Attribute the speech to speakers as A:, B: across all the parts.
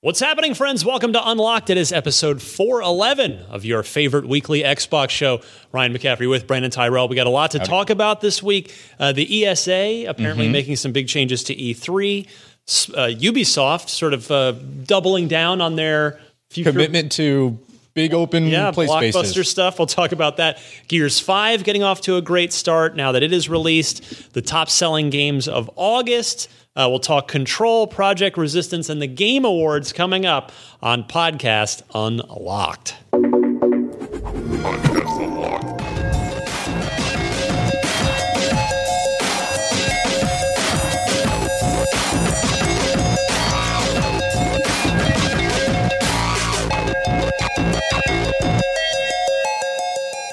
A: What's happening, friends? Welcome to Unlocked. It is episode 411 of your favorite weekly Xbox show. Ryan McCaffrey with Brandon Tyrell. We got a lot to talk about this week. Uh, the ESA apparently making some big changes to E3. S- Uh, Ubisoft sort of uh, doubling down on their future
B: commitment to big open
A: yeah,
B: play
A: blockbuster
B: spaces.
A: stuff. We'll talk about that. Gears Five getting off to a great start now that it is released. The top selling games of August. Uh, we'll talk Control, Project Resistance, and the Game Awards coming up on Podcast Unlocked.
C: Podcast Unlocked.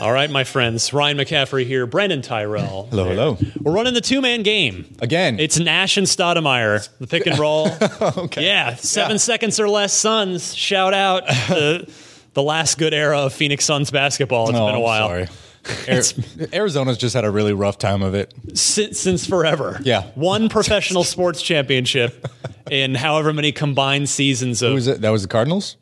A: All right, my friends. Ryan McCaffrey here. Brandon Tyrell.
B: Hello, hello.
A: We're running the two man game.
B: Again,
A: It's Nash and Stoudemire, the pick and roll.
B: okay.
A: Yeah, seven
B: Yeah.
A: seconds or less Suns. Shout out to the last good era of Phoenix Suns basketball. It's
B: Oh,
A: been a
B: I'm
A: while.
B: sorry. Ari- Arizona's just had a really rough time of it.
A: since, since forever.
B: Yeah.
A: One professional sports championship in however many combined seasons of.
B: Who was it? That was the Cardinals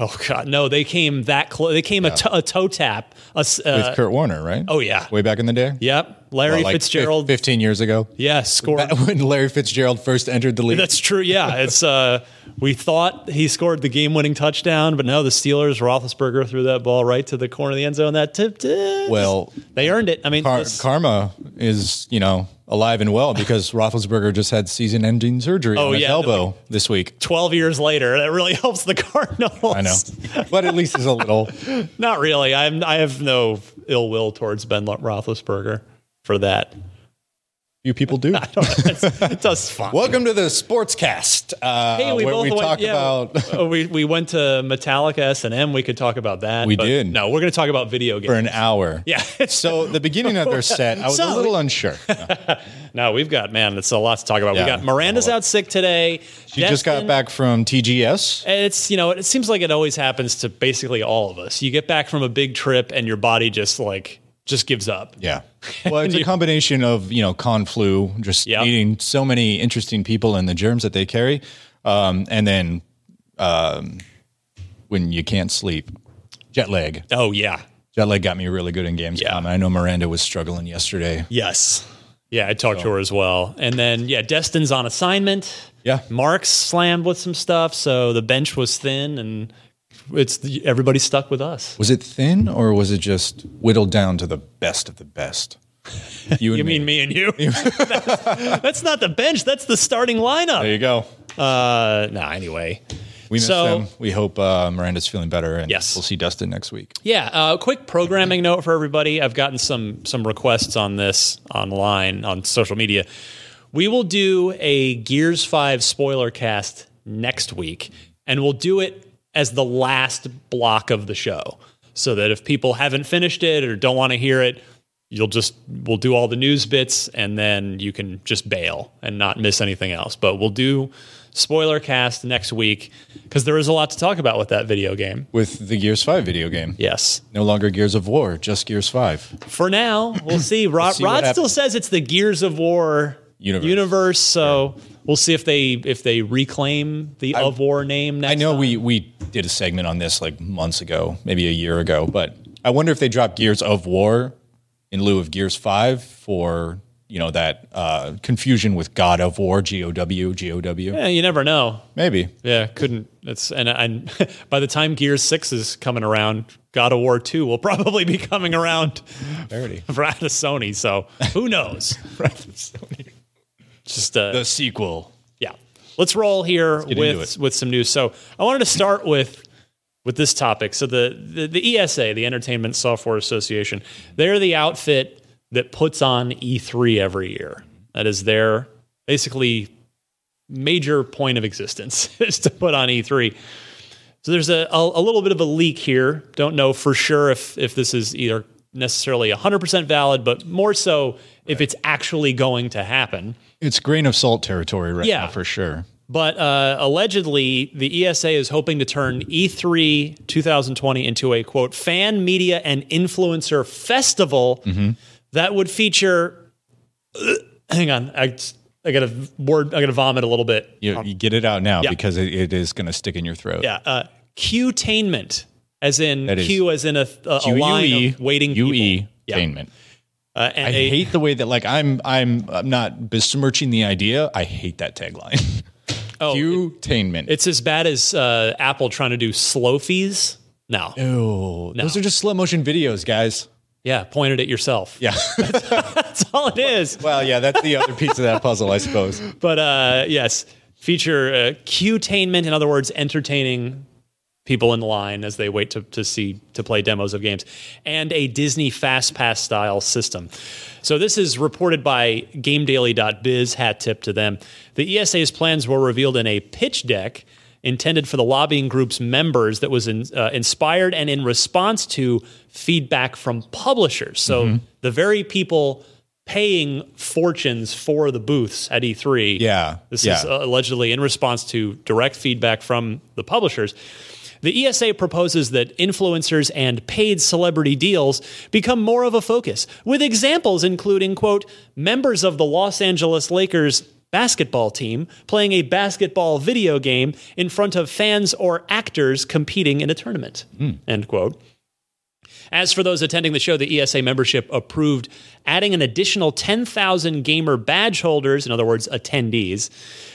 A: oh, God. No, they came that close. They came a to- a toe tap. A s-
B: with
A: uh,
B: Kurt Warner, right?
A: oh, yeah.
B: way back in the day.
A: Yep. Larry
B: Well, like fif-
A: Fitzgerald.
B: fifteen years ago.
A: yeah, scored.
B: When Larry Fitzgerald first entered the league,
A: That's true. Yeah. It's uh, We thought he scored the game winning touchdown, but no, the Steelers, Roethlisberger threw that ball right to the corner of the end zone. That tipped it.
B: Well,
A: they earned it. I mean,
B: Car-
A: this-
B: karma is you know alive and well because Roethlisberger just had season-ending surgery on his
A: Oh, yeah,
B: elbow this week.
A: 12 years later, that really helps the Cardinals.
B: I know, but at least it's a little.
A: Not really. I'm, I have no ill will towards Ben Lo- Roethlisberger for that.
B: Few people do.
A: It does fine.
B: Welcome to the Sportscast, uh,
A: Hey,
B: where we
A: went-
B: talk
A: yeah,
B: about
A: uh, we we went to Metallica S and M. We could talk about that.
B: We
A: but
B: did.
A: No, we're going to talk about video
B: for
A: games.
B: an hour.
A: Yeah.
B: So the beginning of their set, I was
A: So-
B: a little unsure.
A: no, we've got man. It's a lot to talk about.
B: Yeah.
A: We got Miranda's out sick today.
B: She just got back from TGS.
A: And it's you know it seems like it always happens to basically all of us. You get back from a big trip and your body just like just gives up.
B: Yeah. Well, it's a combination of you know conflu, just
A: Yeah.
B: meeting so many interesting people and the germs that they carry, um, and then um, when you can't sleep, jet lag.
A: Oh yeah.
B: Jet lag got me really good in Gamescom.
A: Yeah.
B: And I know Miranda was struggling yesterday.
A: Yes. Yeah, I talked to her as well. And then, yeah, Destin's on assignment.
B: Yeah.
A: Mark's slammed with some stuff. So the bench was thin and it's the, everybody stuck with us.
B: Was it thin or was it just whittled down to the best of the best? You, and
A: You mean me and you? that's, that's not the bench. That's the starting lineup.
B: There you go.
A: Uh, nah, anyway.
B: We miss
A: So-
B: them. We hope uh, Miranda's feeling better, and
A: Yes.
B: we'll see Dustin next week.
A: Yeah, uh, quick programming note for everybody. I've gotten some some requests on this online on social media. We will do a Gears 5 spoiler cast next week and we'll do it as the last block of the show so that if people haven't finished it or don't want to hear it, you'll just we'll do all the news bits and then you can just bail and not miss anything else. But we'll do spoiler cast next week because there is a lot to talk about with that video game.
B: With the Gears Five video game,
A: Yes.
B: no longer Gears of War, just Gears Five.
A: For now, we'll see. Rod,
B: see what
A: Rod still
B: happens.
A: says it's the Gears of War
B: Universe.
A: so we'll see if they if they reclaim the of War name. Next
B: I know we we did a segment on this like months ago, maybe a year ago, but I wonder if they dropped Gears of War in lieu of Gears Five for you know that uh, confusion with God of War, G O W, G O W.
A: Yeah, you never know.
B: Maybe
A: Yeah, couldn't. That's and and by the time Gears Six is coming around, God of War Two will probably be coming around
B: parody.
A: for out of Sony. So who knows? Just uh,
B: The sequel.
A: yeah let's roll here
B: get into
A: with
B: it.
A: with some news so i wanted to start with with this topic so the, the the esa the entertainment software association they're the outfit that puts on e3 every year that is their basically major point of existence is to put on e3 so there's a, a, a little bit of a leak here. Don't know for sure if, if this is either necessarily 100% valid, but more so if it's actually going to happen.
B: It's grain of salt territory right
A: Yeah.
B: now for sure.
A: But uh, allegedly, the ESA is hoping to turn E E3 2020 into a quote fan media and influencer
B: Mm-hmm.
A: festival that would feature. hang on, I I got to word. I got to vomit a little bit.
B: You, you get it out now
A: Yeah.
B: because it, it is going to stick in your throat.
A: Yeah. Uh, Qtainment, as in
B: That is-
A: Q, as in a, a, a line of waiting
B: UE
A: people. Yeah.
B: attainment.
A: Uh, and
B: E. I
A: a-
B: hate the way that like I'm I'm I'm not besmirching the idea. I hate that tagline.
A: oh,
B: Qtainment.
A: It's as bad as uh, Apple trying to do slow fees. No.
B: oh, those are just slow motion videos, guys.
A: Yeah, point it at yourself.
B: Yeah.
A: That's all it is.
B: well, yeah, that's the other piece of that puzzle, I suppose.
A: But uh, yes, feature uh, Qtainment, in other words, entertaining people in line as they wait to, to see to play demos of games, and a Disney Fast Pass style system. So this is reported by GameDaily.biz. Hat tip to them. The ESA's plans were revealed in a pitch deck intended for the lobbying group's members that was in, uh, inspired and in response to feedback from publishers. So
B: Mm-hmm.
A: the very people paying fortunes for the booths at E3
B: Yeah,
A: this
B: yeah.
A: is uh, allegedly in response to direct feedback from the publishers. The ESA proposes that influencers and paid celebrity deals become more of a focus, with examples including, quote, members of the Los Angeles Lakers basketball team playing a basketball video game in front of fans or actors competing in a tournament, end quote. As for those attending the show, the ESA membership approved adding an additional 10,000 gamer badge holders, in other words, attendees.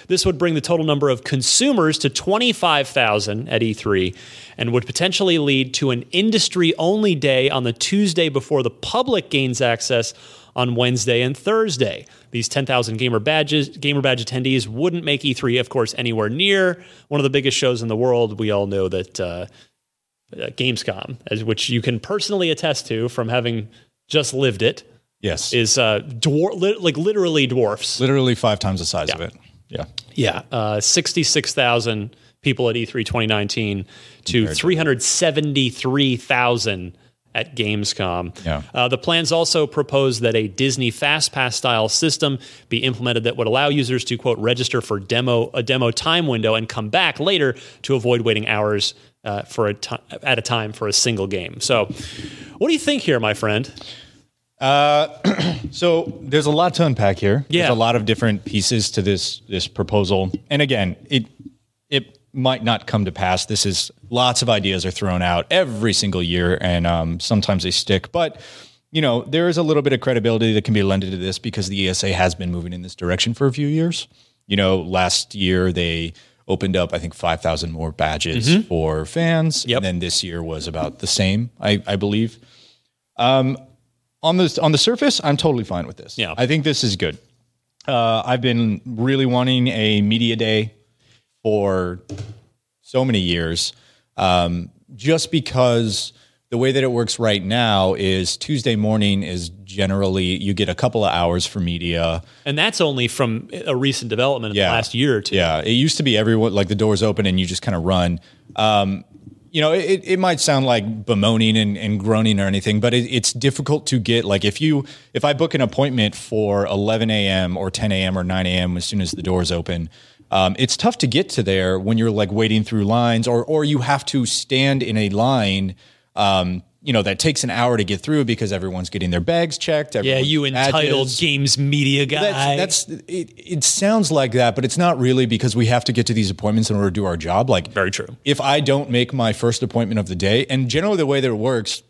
A: This would bring the total number of consumers to 25,000 at E3 and would potentially lead to an industry only day on the Tuesday before the public gains access on Wednesday and Thursday. These 10,000 gamer badges, gamer badge attendees wouldn't make E3, of course, anywhere near one of the biggest shows in the world. We all know that uh, uh, Gamescom, as which you can personally attest to from having just lived it,
B: Yes.
A: is uh, dwar- li- like literally dwarfs.
B: literally five times the size of it. Yeah.
A: Yeah, uh, sixty-six thousand people at E E3 2019 to three hundred seventy-three thousand at Gamescom.
B: Yeah.
A: Uh, the plans also propose that a Disney Fast Pass style system be implemented that would allow users to quote register for demo a demo time window and come back later to avoid waiting hours uh, for a ti at a time for a single game. So, what do you think here, my friend?
B: So there's a lot to unpack here.
A: Yeah.
B: There's a lot of different pieces to this this proposal. And again, it it might not come to pass. This is lots of ideas are thrown out every single year, and um, sometimes they stick. But you know, there is a little bit of credibility that can be lended to this because the ESA has been moving in this direction for a few years. You know, last year they opened up I think 5,000 more badges for fans,
A: Mm-hmm. Yep.
B: and then this year was about the same, I, I believe on the on the surface, I'm totally fine with this.
A: Yeah.
B: I think this is good. Uh, I've been really wanting a media day for so many years, um, just because the way that it works right now is Tuesday morning is generally you get a couple of hours for media.
A: And that's only from a recent development in
B: Yeah.
A: the last year or two.
B: Yeah, it used to be everyone like the doors open and you just kind of run. Um, you know, it, it might sound like bemoaning and, and groaning or anything, but it, it's difficult to get like if you if I book an appointment for 11 a.m. or 10 a.m. or 9 a.m. as soon as the doors open. Um, it's tough to get to there when you're like waiting through lines or or you have to stand in a line. Um, you know that takes an hour to get through because everyone's getting their bags checked.
A: Yeah,
B: everyone's
A: you entitled
B: badges
A: games media guy.
B: that's, that's it, it sounds like that but it's not really because we have to get to these appointments in order to do our job like
A: Very true.
B: if i don't make my first appointment of the day and generally the way that it works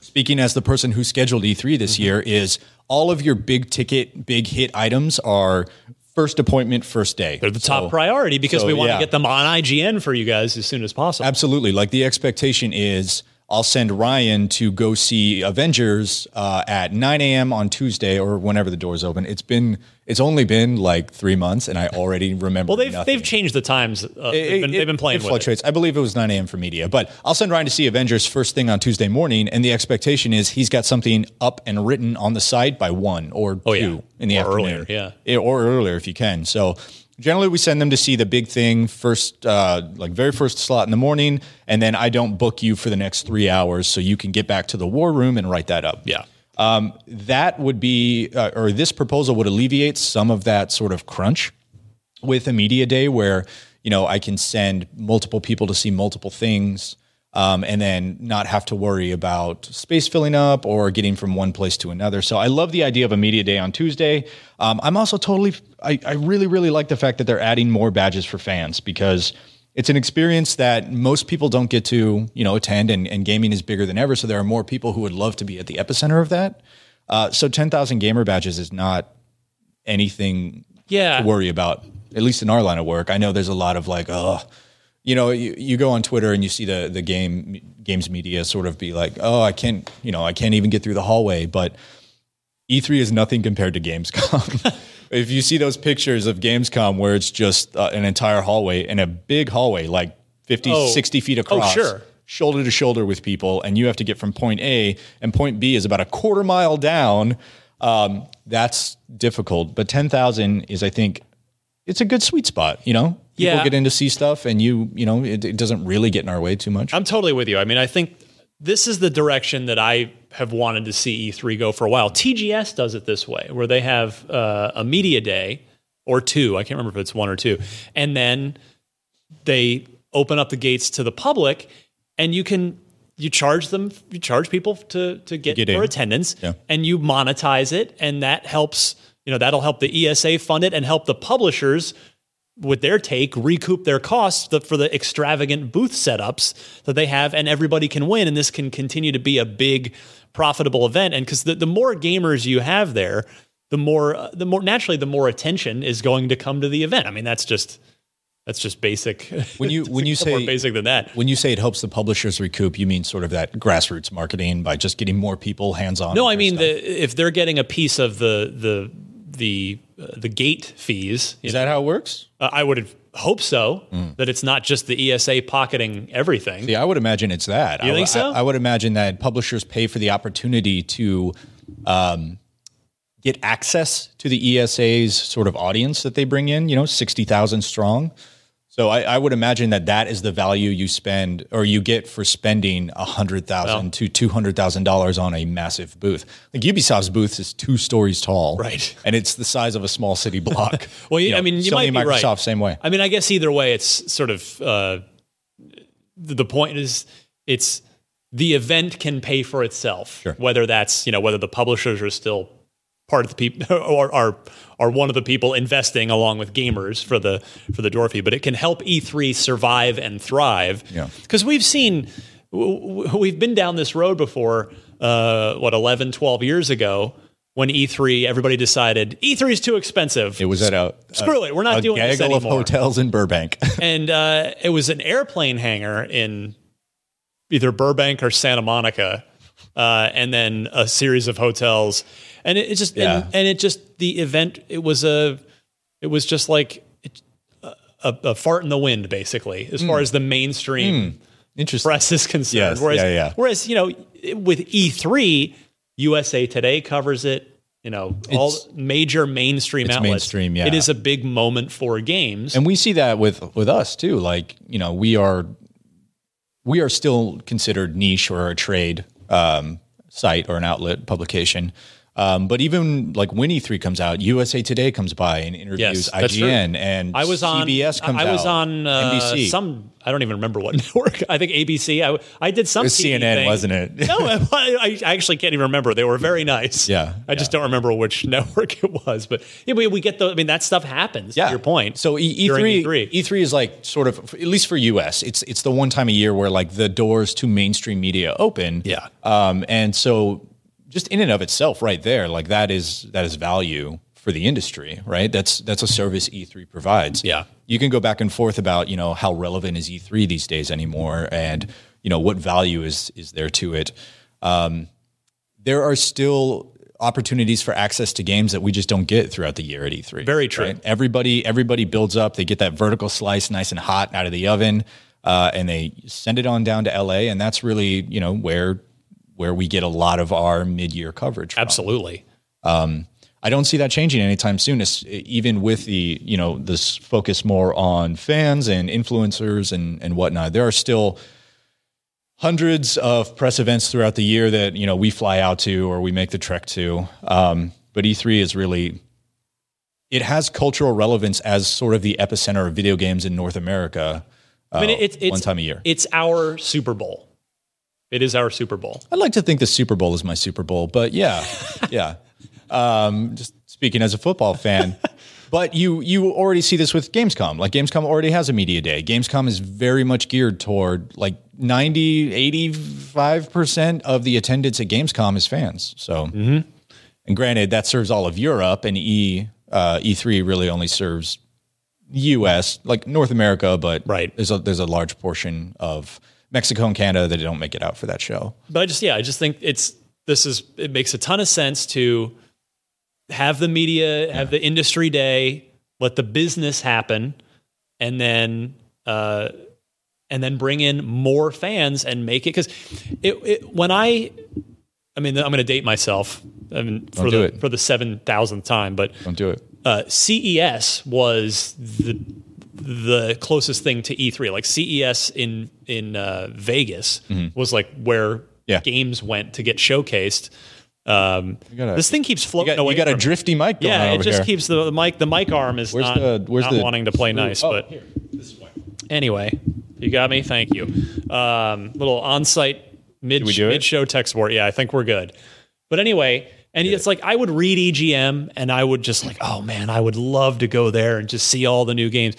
B: speaking as the person who scheduled e3
A: Mm-hmm.
B: this year is all of your big ticket big hit items are first appointment first day
A: They're the top priority because
B: so,
A: we want
B: yeah.
A: to get them on IGN for you guys as soon as possible.
B: Absolutely. Like the expectation is I'll send Ryan to go see Avengers uh, at 9 a.m. on Tuesday or whenever the doors open. It's been it's only been like three months and I already remember.
A: Well, they've
B: nothing.
A: they've changed the times. Uh, they've, been, they've been playing
B: it
A: with
B: fluctuates. I believe it was 9 a.m. for media, but I'll send Ryan to see Avengers first thing on Tuesday morning, and the expectation is he's got something up and written on the site by one or
A: Oh, yeah.
B: two in the
A: Or
B: afternoon,
A: earlier, yeah.
B: Yeah, or earlier if you can. So generally, we send them to see the big thing first, uh, like very first slot in the morning, and then I don't book you for the next three hours, so you can get back to the war room and write that up.
A: it. Yeah,
B: Um, that would be, uh, or this proposal would alleviate some of that sort of crunch with a media day where, you know, I can send multiple people to see multiple things. um, and then not have to worry about space filling up or getting from one place to another. So I love the idea of a media day on Tuesday. Um, I'm also totally, I, I really, really like the fact that they're adding more badges for fans because it's an experience that most people don't get to, you know, attend, and, and gaming is bigger than ever. So there are more people who would love to be at the epicenter of that. Uh, so 10,000 gamer badges is not anything
A: Yeah.
B: to worry about, at least in our line of work. I know there's a lot of like, oh, you know, you, you go on Twitter and you see the the game games media sort of be like, oh, I can't, you know, I can't even get through the hallway. But E3 E is nothing compared to Gamescom. if you see those pictures of Gamescom where it's just uh, an entire hallway and a big hallway, like 50,
A: Oh.
B: 60 feet across.
A: sure.
B: Shoulder to shoulder with people, and you have to get from point A, and point B is about a quarter mile down. Um, that's difficult, but 10,000 is, I think, it's a good sweet spot, you know? People
A: Yeah.
B: get in to see stuff, and you, you know, it, it doesn't really get in our way too much.
A: I'm totally with you. I mean, I think this is the direction that I have wanted to see E3 go for a while. TGS does it this way, where they have uh, a media day or two. I can't remember if it's one or two, and then they open up the gates to the public, and you can you charge them, you charge people to to get,
B: Get
A: for
B: in.
A: attendance,
B: Yeah.
A: and you monetize it, and that helps. You know, that'll help the ESA fund it and help the publishers with their take, recoup their costs the, for the extravagant booth setups that they have, and everybody can win. And this can continue to be a big, profitable event. And because the, the more gamers you have there, the more the more naturally the more attention is going to come to the event. I mean, that's just that's just basic.
B: When you- when you
A: It's more
B: say-
A: basic than that,
B: When you say it helps the publishers recoup, you mean sort of that grassroots marketing by just getting more people hands on.
A: No, I mean the, if they're getting a piece of the the the uh, the gate fees,
B: is that how it works?
A: uh, I would hope so.
B: Mm.
A: That it's not just the ESA pocketing everything.
B: Yeah, I would imagine it's that. You I,
A: think so?
B: I, I would imagine that publishers pay for the opportunity to um, get access to the ESA's sort of audience that they bring in. You know, sixty thousand strong. So I, I would imagine that that is the value you spend or you get for spending a hundred thousand to two hundred thousand dollars on a massive booth. Like Ubisoft's booth is two stories tall,
A: Right.
B: And it's the size of a small city block.
A: Well, you- I mean, you
B: Sony,
A: might be right.
B: Microsoft, same way.
A: I mean, I guess either way, it's sort of uh, the point is it's the event can pay for itself.
B: Sure.
A: Whether that's you know whether the publishers are still part of the people or are are one of the people investing along with gamers for the for the door fee, but it can help E3 survive and thrive.
B: Yeah.
A: because we've seen w- w- we've been down this road before. Uh, what 11, 12 years ago. When E3, everybody decided E3 is too expensive.
B: It was at a
A: Screw
B: a-
A: it, we're not
B: a
A: doing this
B: gaggle
A: anymore.
B: of hotels in Burbank.
A: and uh, it was an airplane hangar in either Burbank or Santa Monica, uh, and then a series of hotels. And it, it just
B: Yeah.
A: and, and it just the event. It was a it was just like it, a, a fart in the wind, basically, as far as the mainstream
B: Interesting.
A: press is concerned.
B: Hmm. Yes,
A: Whereas,
B: yeah, yeah.
A: whereas you know, with E E3, USA Today covers it. You know, all
B: It's-
A: major mainstream
B: it's
A: outlets.
B: mainstream, yeah.
A: It is a big moment for games.
B: and we see that with with us too like you know we are we are still considered niche or a trade um, site or an outlet publication um, but even like when E3 comes out, USA Today comes by and interviews
A: Yes, that's true.
B: IGN and
A: I was on
B: CBS comes
A: I I was
B: out,
A: on uh,
B: NBC.
A: some. I don't even remember what network. I think ABC. I, I did some TV
B: CNN,
A: thing.
B: wasn't it?
A: no, I, I actually can't even remember. They were very nice.
B: Yeah,
A: I just don't remember which network it was. But yeah, we, we get the. I mean, that stuff happens. to your point.
B: So E-
A: during
B: E3,
A: E3.
B: E3. is like sort of, at least for US, it's it's the one time a year where like the doors to mainstream media open.
A: Yeah.
B: Um, and so just in and of itself, right there, like that is that is value for the industry, right? That's that's a service E3 provides.
A: Yeah.
B: You can go back and forth about you know how relevant is E3 these days anymore, and you know what value is is there to it Um, there are still opportunities for access to games that we just don't get throughout the year at E E3.
A: Very true.
B: Everybody everybody builds up. They get that vertical slice, nice and hot, out of the oven, uh, and they send it on down to LA. And that's really you know where where we get a lot of our mid year coverage. From.
A: absolutely.
B: I don't see that changing anytime soon. es- Even with the you know this focus more on fans and influencers and and whatnot, there are still hundreds of press events throughout the year that you know we fly out to or we make the trek to. Um, but E3 is really it has cultural relevance as sort of the epicenter of video games in North America.
A: I mean, it's, it's
B: oh, one time a year.
A: It's our Super Bowl. It is our Super Bowl.
B: I'd like to think the Super Bowl is my Super Bowl, but yeah, yeah. Um, just speaking as a football fan, but you you already see this with Gamescom. Like Gamescom already has a media day. Gamescom is very much geared toward like 90, 85% of the attendance at Gamescom is fans. So, and granted, that serves all of Europe, and E uh, E3 really only serves U.S. like North America, but
A: Right.
B: there's a there's a large portion of Mexico and Canada that don't make it out for that show.
A: but I just yeah, I just think it's this is it makes a ton of sense to have the media, have the industry day, let the business happen, and then uh, and then bring in more fans and make it because it, it when I I mean I'm going to date myself I mean, for
B: Don't do
A: the
B: it.
A: for the seven thousandth time, but
B: Don't do it.
A: uh, CES was the the closest thing to E3. Like CES in in uh, Vegas was like where
B: Mm-hmm. Yeah.
A: games went to get showcased. Um,
B: gotta-
A: this thing keeps
B: You
A: floating
B: got,
A: away.
B: you got a
A: from me.
B: drifty mic going on
A: yeah, it
B: over
A: just
B: here.
A: keeps the, the mic. The mic arm is
B: Where's
A: not,
B: the- where's
A: not
B: the
A: wanting to play
B: screw?
A: nice,
B: Oh,
A: but anyway, you got me. Thank you. Um, little on-site mid
B: we do it?
A: mid show tech support. Yeah, I think we're good. But anyway, and it's like I would read EGM and I would just like, oh man, I would love to go there and just see all the new games.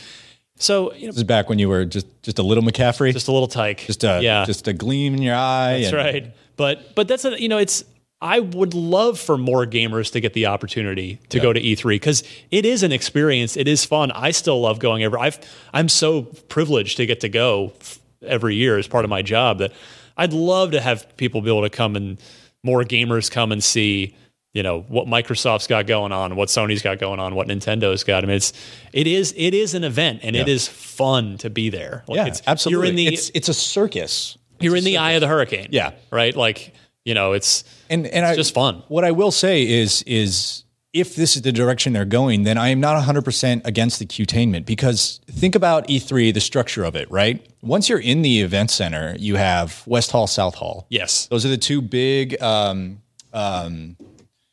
A: So you know,
B: This is back when you were just just a little McCaffrey, just,
A: just a little tyke. Just
B: a
A: yeah,
B: just a gleam in your eye.
A: that's right. But but that's a, you know it's. I would love for more gamers to get the opportunity to go to E3 because it is an experience. It is fun. I still love going every. I've I'm so privileged to get to go f- every year as part of my job that I'd love to have people be able to come and more gamers come and see you know what Microsoft's got going on, what Sony's got going on, what Nintendo's got. I mean, it's it is it is an event and it is fun to be there. Like
B: Yeah,
A: it's,
B: absolutely.
A: You're in the
B: it's it's a circus.
A: you're in the eye of the hurricane.
B: Yeah.
A: Right? Like, you know, it's
B: And and I
A: just fun.
B: What I will say is is if this is the direction they're going, then I am not 100% against the cutainment because think about E3, the structure of it, right? Once you're in the event center, you have West Hall, South Hall.
A: yes.
B: Those are the two big um,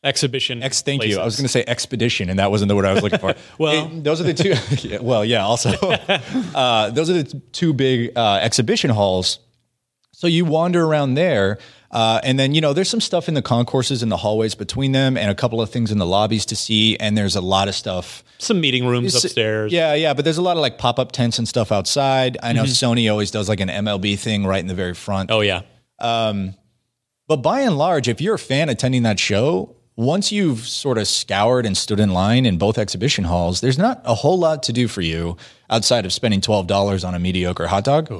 A: Exhibition.
B: Ex, thank you. I was
A: places.
B: going to say expedition, and that wasn't the word I was looking for.
A: Well-
B: It- those are the two. yeah, well, yeah. Also, uh, those are the t- two big uh, exhibition halls. So you wander around there, uh, and then you know there's some stuff in the concourses and the hallways between them, and a couple of things in the lobbies to see. And there's a lot of stuff
A: some meeting rooms
B: so-
A: upstairs.
B: Yeah, yeah, but there's a lot of like pop up tents and stuff outside. I know
A: Mm-hmm.
B: Sony always does like an MLB thing right in the very front.
A: Oh yeah.
B: But by and large, if you're a fan attending that show, once you've sort of scoured and stood in line in both exhibition halls, there's not a whole lot to do for you outside of spending $12 on a mediocre hot dog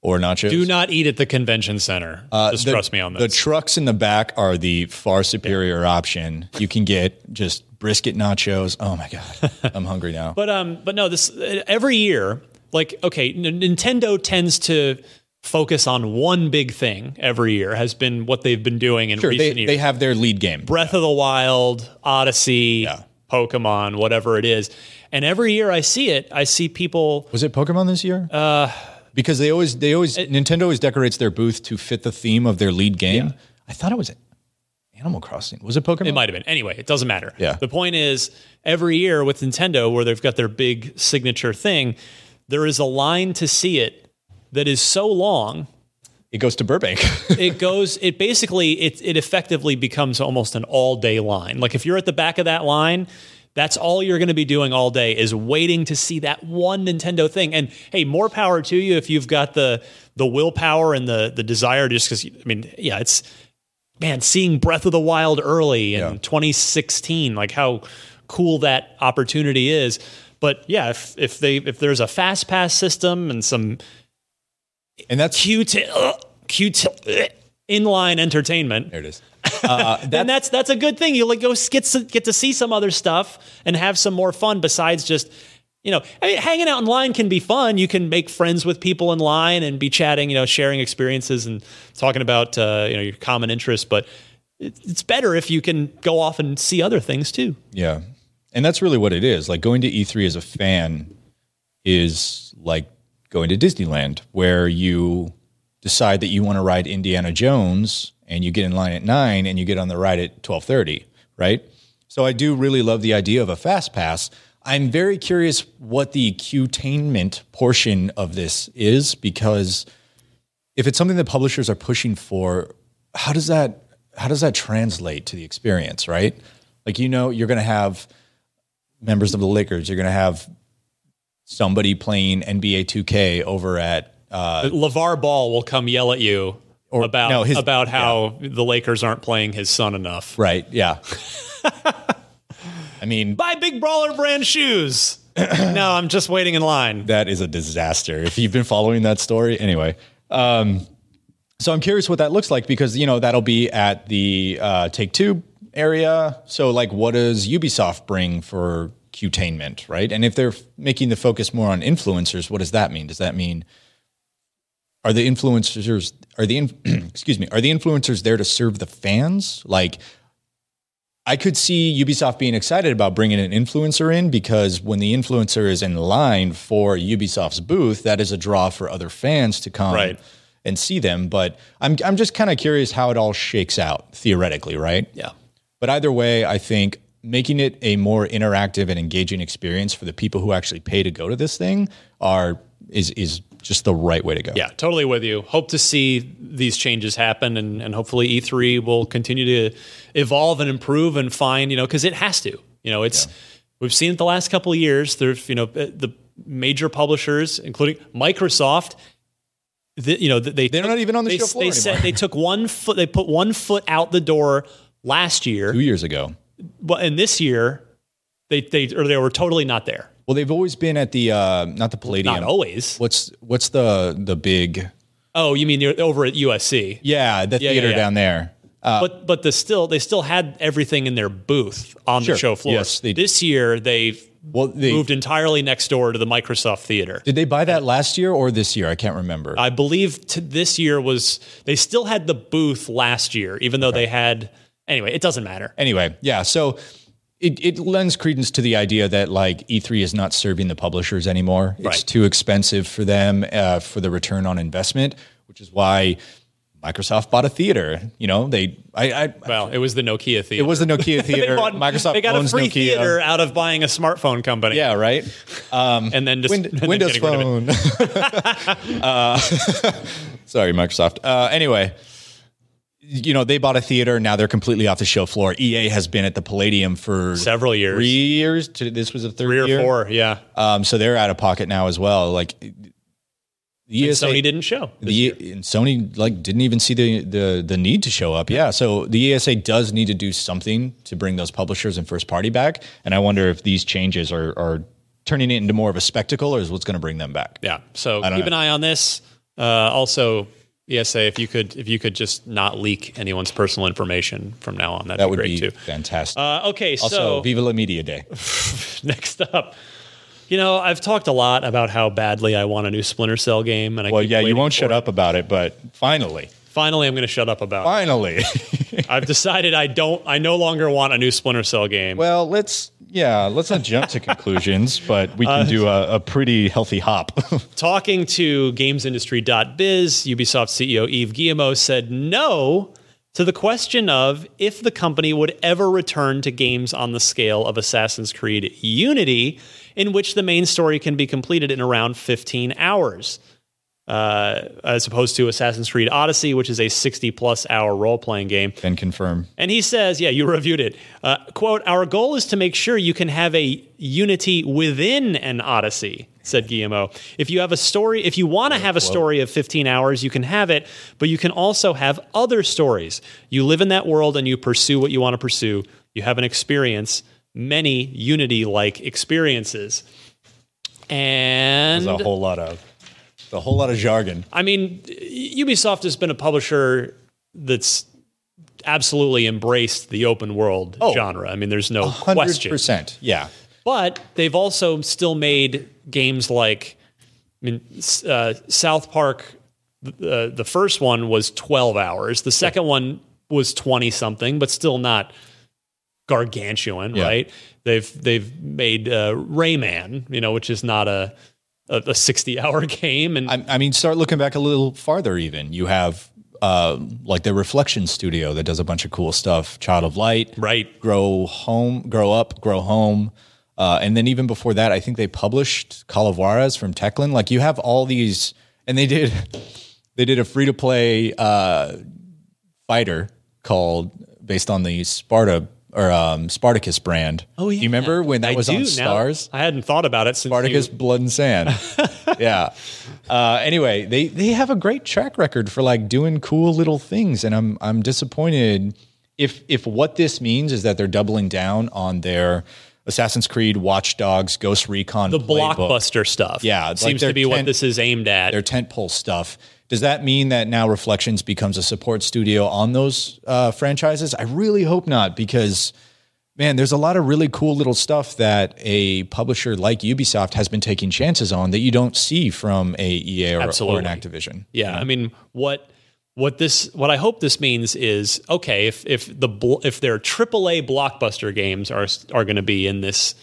B: or nachos.
A: Do not eat at the convention center. Just
B: Uh, The-
A: trust me on
B: The
A: this.
B: trucks in the back are the far superior option. You can get just brisket nachos. Oh my God, I'm hungry now.
A: but um but no, this uh, every year, like okay, N- Nintendo tends to focus on one big thing every year has been what they've been doing in
B: Sure,
A: recent
B: they,
A: years.
B: they have their lead game.
A: Breath of the Wild, Odyssey,
B: Yeah.
A: Pokemon, whatever it is. And every year I see it, I see people
B: Was it Pokemon this year? Uh, because they always they always Nintendo always decorates their booth to fit the theme of their lead game. I thought it was Animal Crossing. Was it Pokemon?
A: It might have been. Anyway, it doesn't matter.
B: Yeah.
A: The point is, every year with Nintendo, where they've got their big signature thing, there is a line to see it that is so long.
B: It goes to Burbank.
A: It goes. It basically it it effectively becomes almost an all day line. Like if you're at the back of that line. That's all you're going to be doing all day is waiting to see that one Nintendo thing. And hey, more power to you if you've got the the willpower and the the desire. Just because, I mean, yeah, it's man, seeing Breath of the Wild early in 2016, like how cool that opportunity is. But yeah, if if they if there's a fast pass system and some
B: and that's
A: Q uh, Q inline entertainment,
B: there it is. Uh,
A: then that's that's a good thing. You like go s- get to, get to see some other stuff and have some more fun besides just. You know, I mean, hanging out in line can be fun. You can make friends with people in line and be chatting, you know, sharing experiences and talking about, uh, you know, your common interests. But it, it's better if you can go off and see other things too.
B: yeah. And that's really what it is. Like going to E3 as a fan is like going to Disneyland where you decide that you want to ride Indiana Jones and you get in line at 9 and you get on the ride at 12:30, right? So I do really love the idea of a fast pass. I'm very curious what the cutainment portion of this is because if it's something that publishers are pushing for, how does that how does that translate to the experience, right? Like you know, you're going to have members of the Lakers, you're going to have somebody playing NBA 2K over at uh,
A: Uh, LeVar Ball will come yell at you about
B: no, his-
A: about how the Lakers aren't playing his son enough.
B: right, yeah. I mean,
A: Buy Big Brawler brand shoes. no, I'm just waiting in line.
B: that is a disaster. If you've been following that story, anyway. Um, so I'm curious what that looks like because you know that'll be at the uh, Take Two area. So like, what does Ubisoft bring for Qtainment, right? And if they're making the focus more on influencers, what does that mean? Does that mean are the influencers are the in, excuse me are the influencers there to serve the fans like i could see ubisoft being excited about bringing an influencer in because when the influencer is in line for ubisoft's booth that is a draw for other fans to come
A: Right.
B: and see them but i'm, I'm just kind of curious how it all shakes out theoretically right
A: Yeah.
B: but either way, I think making it a more interactive and engaging experience for the people who actually pay to go to this thing are is is just the right way to go.
A: Yeah, totally with you. Hope to see these changes happen, and, and hopefully E3 will continue to evolve and improve and find you know because it has to. You know, it's we've seen it the last couple of years. There's you know eh, the major publishers, including Microsoft. The, you know th- they
B: They're not even on the
A: they,
B: show floor
A: they
B: anymore.
A: they took one foot they put one foot out the door last year,
B: Two years ago.
A: but and this year they they or they were totally not there.
B: Well, they've always been at the uh, not the Palladium.
A: Not always.
B: What's what's the the big
A: Oh, you mean you're over at USC?
B: yeah the theater
A: yeah.
B: down there? Uh,
A: but but the still they still had everything in their booth on
B: Sure.
A: the show floor.
B: Yes, they did.
A: this year they've
B: well, they,
A: moved entirely next door to the Microsoft Theater.
B: did they buy that last year or this year? I can't remember.
A: I believe t this year was they still had the booth last year, even though they had anyway. It doesn't matter.
B: anyway, yeah. So it, it lends credence to the idea that like E3 is not serving the publishers anymore. It's
A: Right.
B: too expensive for them uh, for the return on investment, which is why Microsoft bought a theater. You know, they I, I
A: Well, it was the Nokia Theater.
B: it was the Nokia theater. Microsoft
A: they got
B: owns
A: a free
B: Nokia.
A: theater out of buying a smartphone company.
B: Yeah, right.
A: and then just
B: Win-
A: and then
B: Windows
A: getting rid of it.
B: Phone. Uh, sorry, Microsoft. Uh, anyway, you know they bought a theater. Now they're completely off the show floor. EA has been at the Palladium for
A: Several years.
B: three years. To, this was a third
A: Three or
B: year.
A: four, yeah.
B: Um, so they're out of pocket now as well. Like E the ESA,
A: Sony didn't show.
B: the, E, and Sony like didn't even see the, the the need to show up. Yeah, so the ESA does need to do something to bring those publishers and first party back. And I wonder if these changes are are turning it into more of a spectacle, or is what's going to bring them back?
A: Yeah. So
B: don't
A: keep
B: know.
A: an eye on this. Uh, also, ESA, if you could, if you could just not leak anyone's personal information from now on, that'd
B: that
A: be
B: would
A: great too.
B: be fantastic.
A: Uh, okay,
B: also,
A: so
B: Viva la Media Day.
A: next up, you know, I've talked a lot about how badly I want a new Splinter Cell game, and I
B: Well,
A: keep
B: yeah, you
A: waiting
B: won't
A: for
B: shut
A: it.
B: up about it, but finally,
A: Finally, I'm going to shut up about.
B: finally.
A: it. I've decided I don't. I no longer want a new Splinter Cell game.
B: well, let's yeah, let's not jump to conclusions, but we
A: Uh,
B: can do a, a pretty healthy hop.
A: Talking to gamesindustry.biz, Ubisoft CEO Yves Guillemot said no to the question of if the company would ever return to games on the scale of Assassin's Creed Unity, in which the main story can be completed in around 15 hours, uh, as opposed to Assassin's Creed Odyssey, which is a 60 plus hour role playing game.
B: Then confirm.
A: And he says, yeah, you reviewed it. Uh, quote, our goal is to make sure you can have a unity within an odyssey, said Guillermo. If you have a story, if you want to have a story of 15 hours, you can have it, but you can also have other stories. You live in that world and you pursue what you want to pursue. You have an experience, many unity like experiences. And
B: There's a whole lot of a whole lot of jargon.
A: I mean, Ubisoft has been a publisher that's absolutely embraced the open world genre. I mean, there's no question.
B: Oh. percent. Yeah.
A: But they've also still made games like, I mean, s- uh, South Park. Uh, the first one was 12 hours. The second one was 20 something, but still not gargantuan,
B: Yeah.
A: right? They've they've made uh, Rayman, you know, which is not a a, a 60 hour game, and
B: I, I mean, start looking back a little farther. Even you have uh, like the Reflection Studio that does a bunch of cool stuff. Child of Light,
A: right,
B: Grow Home, Grow Up, Grow Home, uh, and then even before that, I think they published Calaveras from Techland. Like you have all these, and they did. They did a free to play uh, fighter called based on the Sparta or um, Spartacus brand.
A: Oh,
B: Do you remember when
A: I
B: that was
A: do
B: on
A: now.
B: Stars?
A: I hadn't thought about it since.
B: Spartacus Blood and Sand. yeah. Uh, anyway, they they have a great track record for like doing cool little things, and I'm I'm disappointed if if what this means is that they're doubling down on their Assassin's Creed, Watch Dogs, Ghost Recon,
A: you, the
B: playbook,
A: blockbuster stuff.
B: Yeah, it's like
A: seems
B: their
A: to be what
B: ten-
A: this is aimed at.
B: their tentpole stuff. Does that mean that now Reflections becomes a support studio on those uh, franchises? I really hope not, because man, there's a lot of really cool little stuff that a publisher like Ubisoft has been taking chances on that you don't see from a EA or, or
A: Absolutely.
B: an Activision.
A: Yeah, I mean, what what this what I hope this means is okay. If if the bl- if their AAA blockbuster games are are going to be in this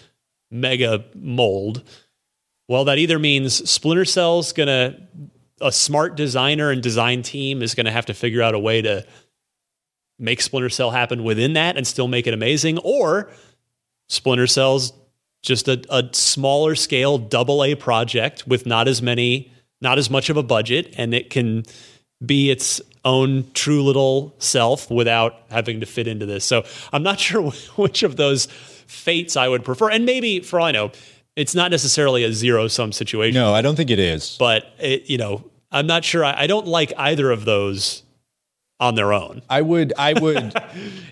A: mega mold, well, that either means Splinter Cell's going to a smart designer and design team is going to have to figure out a way to make Splinter Cell happen within that and still make it amazing, or Splinter Cell's just a, a smaller scale double A project with not as many, not as much of a budget, and it can be its own true little self without having to fit into this. So I'm not sure which of those fates I would prefer. And maybe for all I know, it's not necessarily a zero sum situation
B: No, I don't think it is.
A: but it, you know, I'm not sure. I, I don't like either of those on their own.
B: I would, I would,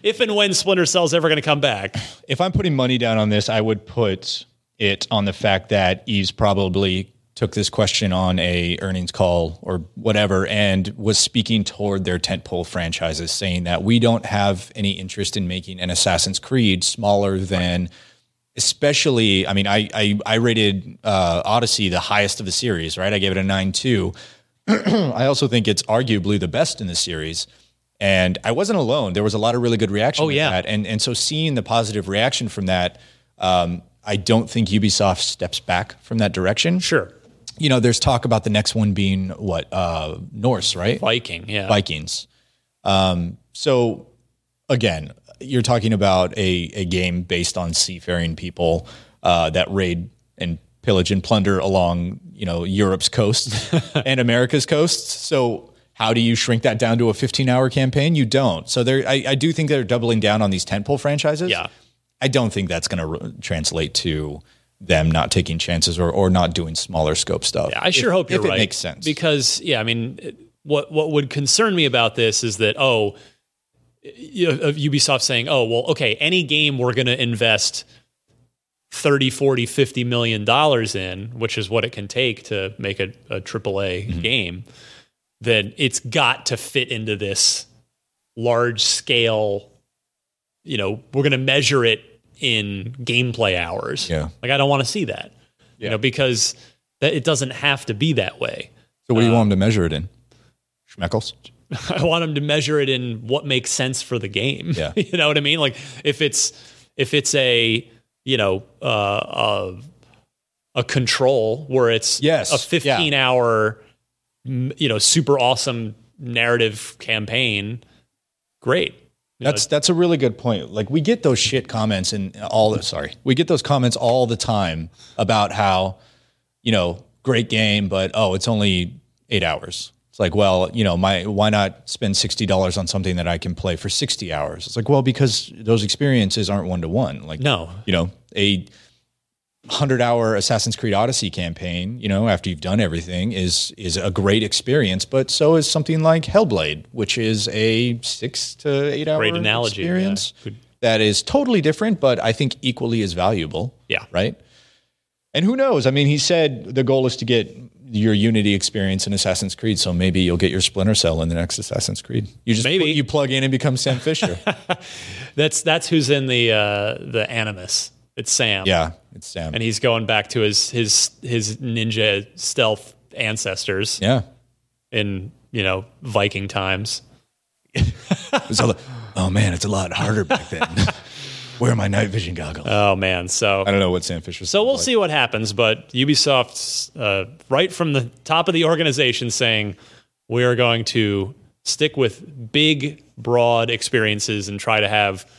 A: If and when Splinter Cell's ever going to come back,
B: if I'm putting money down on this, I would put it on the fact that Eves probably took this question on a earnings call or whatever and was speaking toward their tentpole franchises, saying that we don't have any interest in making an Assassin's Creed smaller than especially i mean i i, I rated uh, odyssey the highest of the series right i gave it a 9-2 i also think it's arguably the best in the series and i wasn't alone there was a lot of really good reaction oh
A: yeah.
B: that and and so seeing the positive reaction from that um, i don't think ubisoft steps back from that direction
A: sure,
B: you know there's talk about the next one being what uh norse right
A: Viking, yeah,
B: Vikings. Um, so again, you're talking about a, a game based on seafaring people uh, that raid and pillage and plunder along, you know, Europe's coast and America's coast. So how do you shrink that down to a 15 hour campaign? You don't. So there, I, I do think they're doubling down on these tentpole franchises.
A: Yeah.
B: I don't think that's going to re- translate to them not taking chances or, or not doing smaller scope stuff.
A: I sure hope you're
B: if it
A: right.
B: makes sense.
A: because yeah, I mean, it- what what would concern me about this is that oh, you know, of Ubisoft saying oh well okay, any game we're going to invest 30, 40, 50 million dollars in, which is what it can take to make a, a AAA
B: Mm-hmm.
A: game, then it's got to fit into this large scale. You know, we're going to measure it in gameplay hours.
B: Yeah.
A: Like I don't want to see that. You know, because that it doesn't have to be that way.
B: So what
A: Uh,
B: do you want them to measure it in? Schmeckles?
A: I want them to measure it in what makes sense for the game.
B: Yeah.
A: you know what I mean? Like if it's if it's a you know uh, a, a control where it's
B: Yes,
A: a
B: yeah.
A: 15 hour m- you know super awesome narrative campaign, great.
B: That's that's a really good point. Like we get those shit comments and all the sorry. We get those comments all the time about how, you know, great game, but oh, it's only eight hours. It's like, well, you know, my why not spend sixty dollars on something that I can play for sixty hours? It's like, well, because those experiences aren't one to one. Like
A: No.
B: you know, a hundred hour Assassin's Creed Odyssey campaign, you know, after you've done everything is is a great experience, but so is something like Hellblade, which is a six to eight hour
A: Great analogy, yeah.
B: experience
A: Good.
B: that is totally different, but I think equally as valuable.
A: Yeah.
B: Right. And who knows? I mean, he said the goal is to get your Unity experience in Assassin's Creed, so maybe you'll get your Splinter Cell in the next Assassin's Creed. You just
A: Maybe.
B: you plug in and become Sam Fisher.
A: That's that's who's in the uh, the animus. It's Sam.
B: yeah, it's Sam.
A: and he's going back to his his his ninja stealth ancestors
B: yeah.
A: in you know Viking times.
B: It's all- oh man, it's a lot harder back then. Wear my night vision goggles.
A: Oh man, so
B: I don't know what Sam Fisher.
A: so we'll see what happens. But Ubisoft's uh, right from the top of the organization saying we are going to stick with big, broad experiences and try to have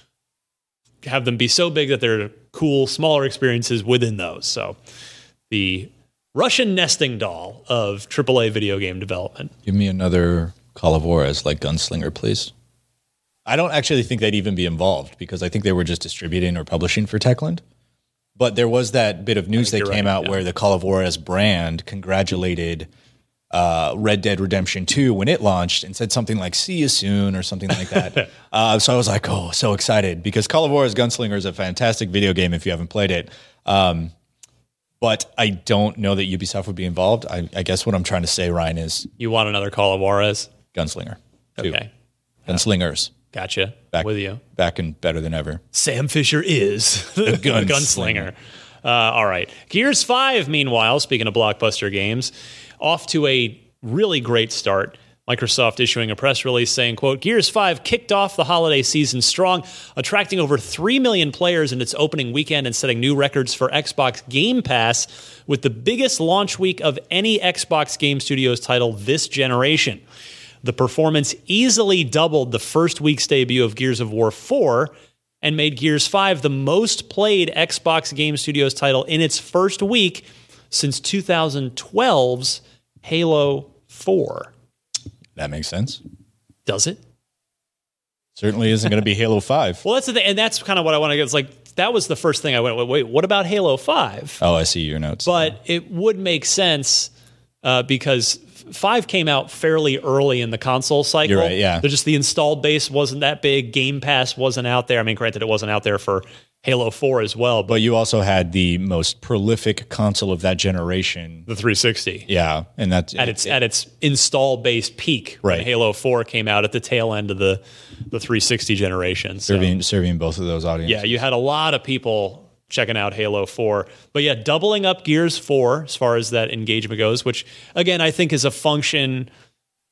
A: have them be so big that they're cool, smaller experiences within those. So the Russian nesting doll of AAA video game development.
B: Give me another Calavoras like Gunslinger, please. I don't actually think they'd even be involved because I think they were just distributing or publishing for Techland. But there was that bit of news that
A: you're
B: came
A: right,
B: out where the Calavoras brand congratulated uh, Red Dead Redemption 2 when it launched and said something like, see you soon or something like that. uh, so I was like, oh, so excited because Calavoras Gunslinger is a fantastic video game if you haven't played it. Um, but I don't know that Ubisoft would be involved. I, I guess what I'm trying to say, Ryan, is
A: You want another Call of Juarez?
B: Gunslinger. two.
A: Okay.
B: Gunslingers.
A: Gotcha.
B: Back
A: With you.
B: Back and better than ever.
A: Sam Fisher is the gunslinger. Uh, all right. Gears 5, meanwhile, speaking of blockbuster games, off to a really great start. Microsoft issuing a press release saying, quote, Gears 5 kicked off the holiday season strong, attracting over 3 million players in its opening weekend and setting new records for Xbox Game Pass with the biggest launch week of any Xbox Game Studios title this generation. The performance easily doubled the first week's debut of Gears of War 4 and made Gears 5 the most played Xbox Game Studios title in its first week since 2012's Halo 4.
B: That makes sense.
A: Does it?
B: Certainly isn't going to be Halo 5.
A: Well, that's the thing, and that's kind of what I want to get. It's like that was the first thing I went. Wait, wait what about Halo 5?
B: Oh, I see your notes.
A: but it would make sense uh, because f- five came out fairly early in the console cycle.
B: You're right, yeah.
A: They're just the installed base wasn't that big. Game Pass wasn't out there. I mean, granted, it wasn't out there for Halo Four as well, but
B: but you also had the most prolific console of that generation.
A: the 360
B: Yeah, and that's
A: at its at its install base peak.
B: Right.
A: when Halo Four came out at the tail end of the the 360 generation. So
B: serving serving both of those audiences.
A: yeah, you had a lot of people checking out Halo 4. But yeah, doubling up Gears 4 as far as that engagement goes, which again, I think is a function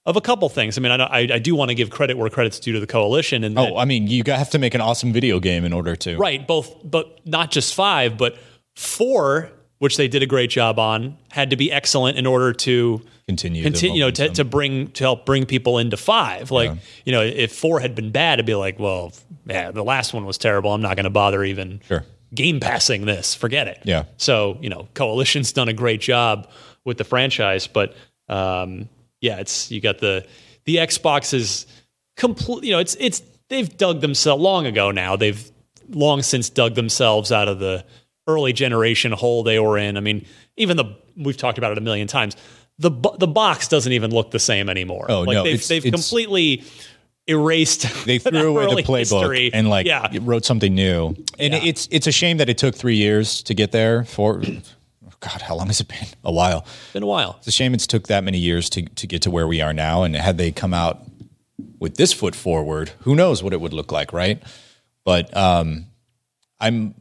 A: of a couple things. I mean, I, know- I, I do want to give credit where credit's due to the coalition and that-
B: Oh, I mean, you got- have to make an awesome video game in order to.
A: right, both, but not just five, but four, which they did a great job on, had to be excellent in order to
B: Continue. the
A: continue, you know, to,
B: momentum.
A: to bring to help bring people into five. Like, you know, if four had been bad, it'd be like, well, yeah, the last one was terrible. I'm not going to bother even
B: Sure.
A: game passing this. Forget it.
B: Yeah.
A: So you know, Coalition's done a great job with the franchise, but um, yeah, it's you got the the Xbox is complete. You know, it's it's they've dug themselves long ago now. They've long since dug themselves out of the early generation hole they were in. I mean, even the we've talked about it a million times. The bo- the box doesn't even look the same anymore.
B: Oh,
A: like
B: no,
A: they've
B: it's-
A: they've
B: it's-
A: completely erased.
B: they
A: that
B: threw away
A: early
B: the playbook
A: history.
B: and like
A: yeah,
B: wrote something new. And it's it's a shame that it took three years to get there. For oh God, how long has it been? A while.
A: been a while.
B: It's a shame it's took that many years to to get to where we are now. And had they come out with this foot forward, who knows what it would look like, right? But um, I'm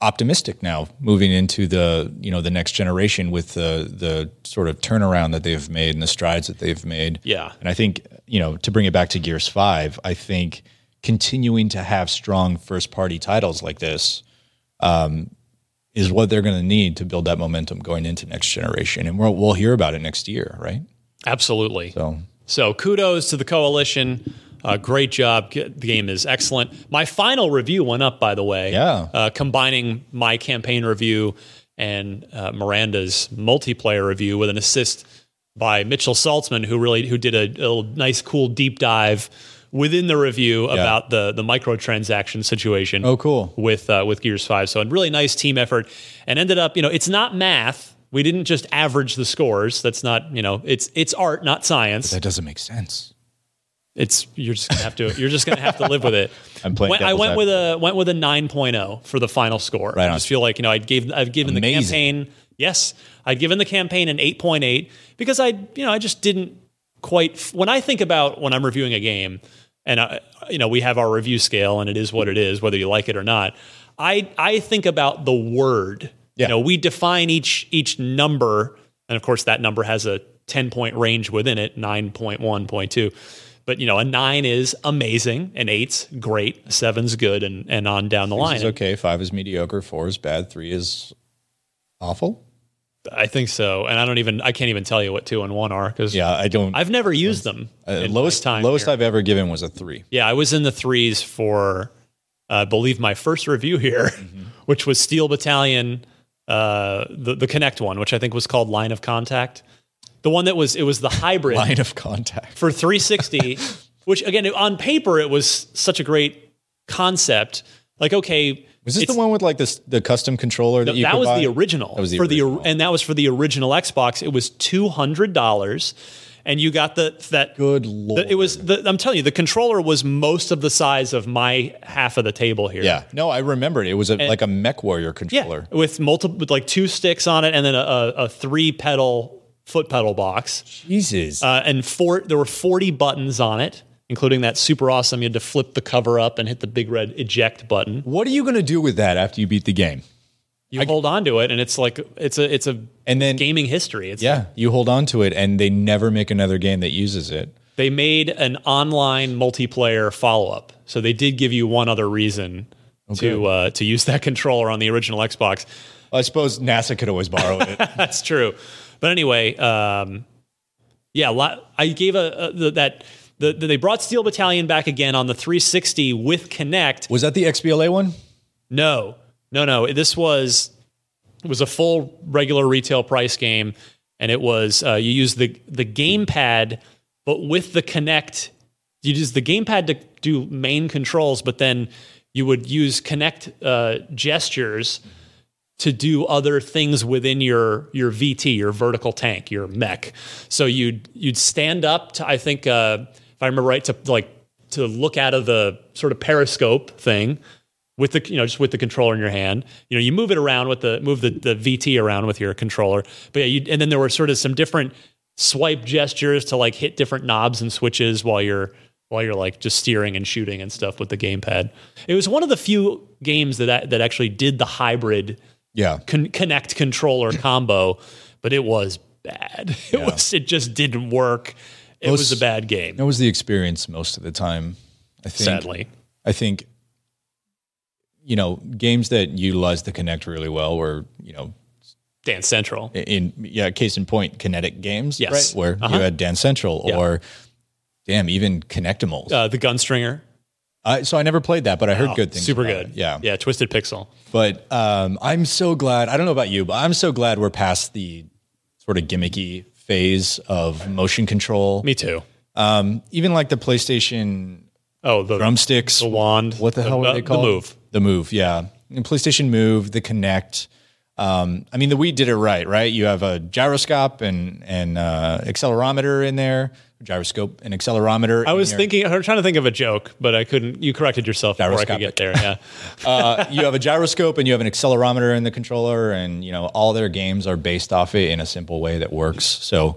B: optimistic now moving into the you know the next generation with the the sort of turnaround that they've made and the strides that they've made.
A: Yeah.
B: And I think, you know, to bring it back to Gears 5, I think continuing to have strong first party titles like this um, is what they're going to need to build that momentum going into next generation. And we'll, we'll hear about it next year, right?
A: Absolutely.
B: So,
A: So kudos to the coalition. Uh, great job. G- The game is excellent. My final review went up, by the way.
B: Yeah.
A: Uh, combining my campaign review and uh, Miranda's multiplayer review with an assist by Mitchell Saltzman, who really who did a, a little nice, cool deep dive within the review about the the microtransaction situation
B: oh, cool.
A: with uh, with Gears Five. So a really nice team effort, and ended up you know it's not math. We didn't just average the scores. That's not you know it's it's art, not science.
B: That doesn't make sense.
A: It's you're just gonna have to you're just gonna have to live with it.
B: I'm playing
A: Went- I
B: devil's
A: went with a went with a 9.0 for the final score. I
B: on.
A: just feel like you know I gave I've given
B: Amazing.
A: the campaign yes I'd given the campaign an 8.8 because I you know I just didn't quite when I think about when I'm reviewing a game and I, you know we have our review scale and it is what it is whether you like it or not. I I think about the word.
B: Yeah.
A: You know we define each each number and of course that number has a 10 point range within it 9.1.2 but you know a 9 is amazing an 8's great a 7's good and and on down the line
B: It's okay. Five is mediocre. Four is bad. Three is awful.
A: i think so and i don't even i can't even tell you what 2 and 1 are cuz
B: Yeah, I don't.
A: i've never used them
B: uh,
A: in my
B: lowest
A: time
B: lowest
A: here.
B: I've ever given was a three.
A: yeah i was in the 3s
B: Mm-hmm.
A: for uh, I believe my first review here which was steel battalion uh, the the Connect one, which I think was called Line of Contact. The one that was it was the hybrid
B: Line of contact.
A: for 360, which again on paper it was such a great concept. Like okay,
B: Was this
A: it's-
B: the one with like this the custom controller that you
A: that
B: could
A: was
B: buy?
A: the original
B: was the
A: for
B: original.
A: the and that was for the original Xbox. It was two hundred dollars, and you got the that
B: Good lord.
A: It was the, I'm telling you, the controller was most of the size of my half of the table here.
B: Yeah. No, I remembered. It was a, like a Mech Warrior
A: yeah,
B: controller.
A: with multiple, with like two sticks on it, and then a, a, a three pedal foot pedal box,
B: Jesus.
A: uh, and four. There were 40 buttons on it, including that super awesome. You had to flip the cover up and hit the big red eject button.
B: what are you going to do with that after you beat the game?
A: You hold on to it, and it's like it's a it's a
B: And then
A: gaming history. It's
B: yeah, you hold on to it, and they never make another game that uses it.
A: They made an online multiplayer follow up, so they did give you one other reason to uh, to use that controller on the original Xbox.
B: I suppose NASA could always borrow it.
A: That's true. But anyway, um, yeah, lo- I gave a, a the, that the, the, they brought Steel Battalion back again on the 360 with Connect.
B: was that the XBLA one?
A: No, no, no. This was it was a full regular retail price game, and it was uh, you use the the gamepad, but with the Connect, you use the gamepad to do main controls, but then you would use Connect uh, gestures to do other things within your your VT, your vertical tank, your mech. So you'd you'd stand up to I think uh, if I remember right to like to look out of the sort of periscope thing with the you know just with the controller in your hand. You know you move it around with the move the, the VT around with your controller. But yeah, you, and then there were sort of some different swipe gestures to like hit different knobs and switches while you're while you're like just steering and shooting and stuff with the gamepad. It was one of the few games that that actually did the hybrid
B: Yeah.
A: con- connect controller combo, but it was bad. It was it just didn't work. It was a bad game,
B: That was the experience most of the time. I think.
A: sadly.
B: I think, you know, games that utilize the Kinect really well were, you know,
A: Dance Central.
B: in yeah, case in point, kinetic games,
A: Yes. Uh-huh.
B: right? Where you had Dance Central or, damn, even Kinectimals.
A: Uh, the Gunstringer.
B: I, so I never played that, but I heard good things.
A: Super
B: about
A: good.
B: it. Yeah.
A: Yeah, Twisted Pixel.
B: But um, I'm so glad. I don't know about you, but I'm so glad we're past the sort of gimmicky phase of motion control.
A: Me too.
B: Even like the PlayStation
A: Oh, the
B: drumsticks,
A: the wand.
B: What the hell were
A: uh,
B: they called?
A: The move.
B: The move, yeah. And PlayStation Move, the Connect. Um, I mean, the Wii did it right, right? You have a gyroscope and and uh, accelerometer in there, gyroscope and accelerometer.
A: I was thinking, I was trying to think of a joke, but I couldn't. You corrected yourself before I could get there. Yeah.
B: uh, you have a gyroscope and you have an accelerometer in the controller, and you know all their games are based off it in a simple way that works. So.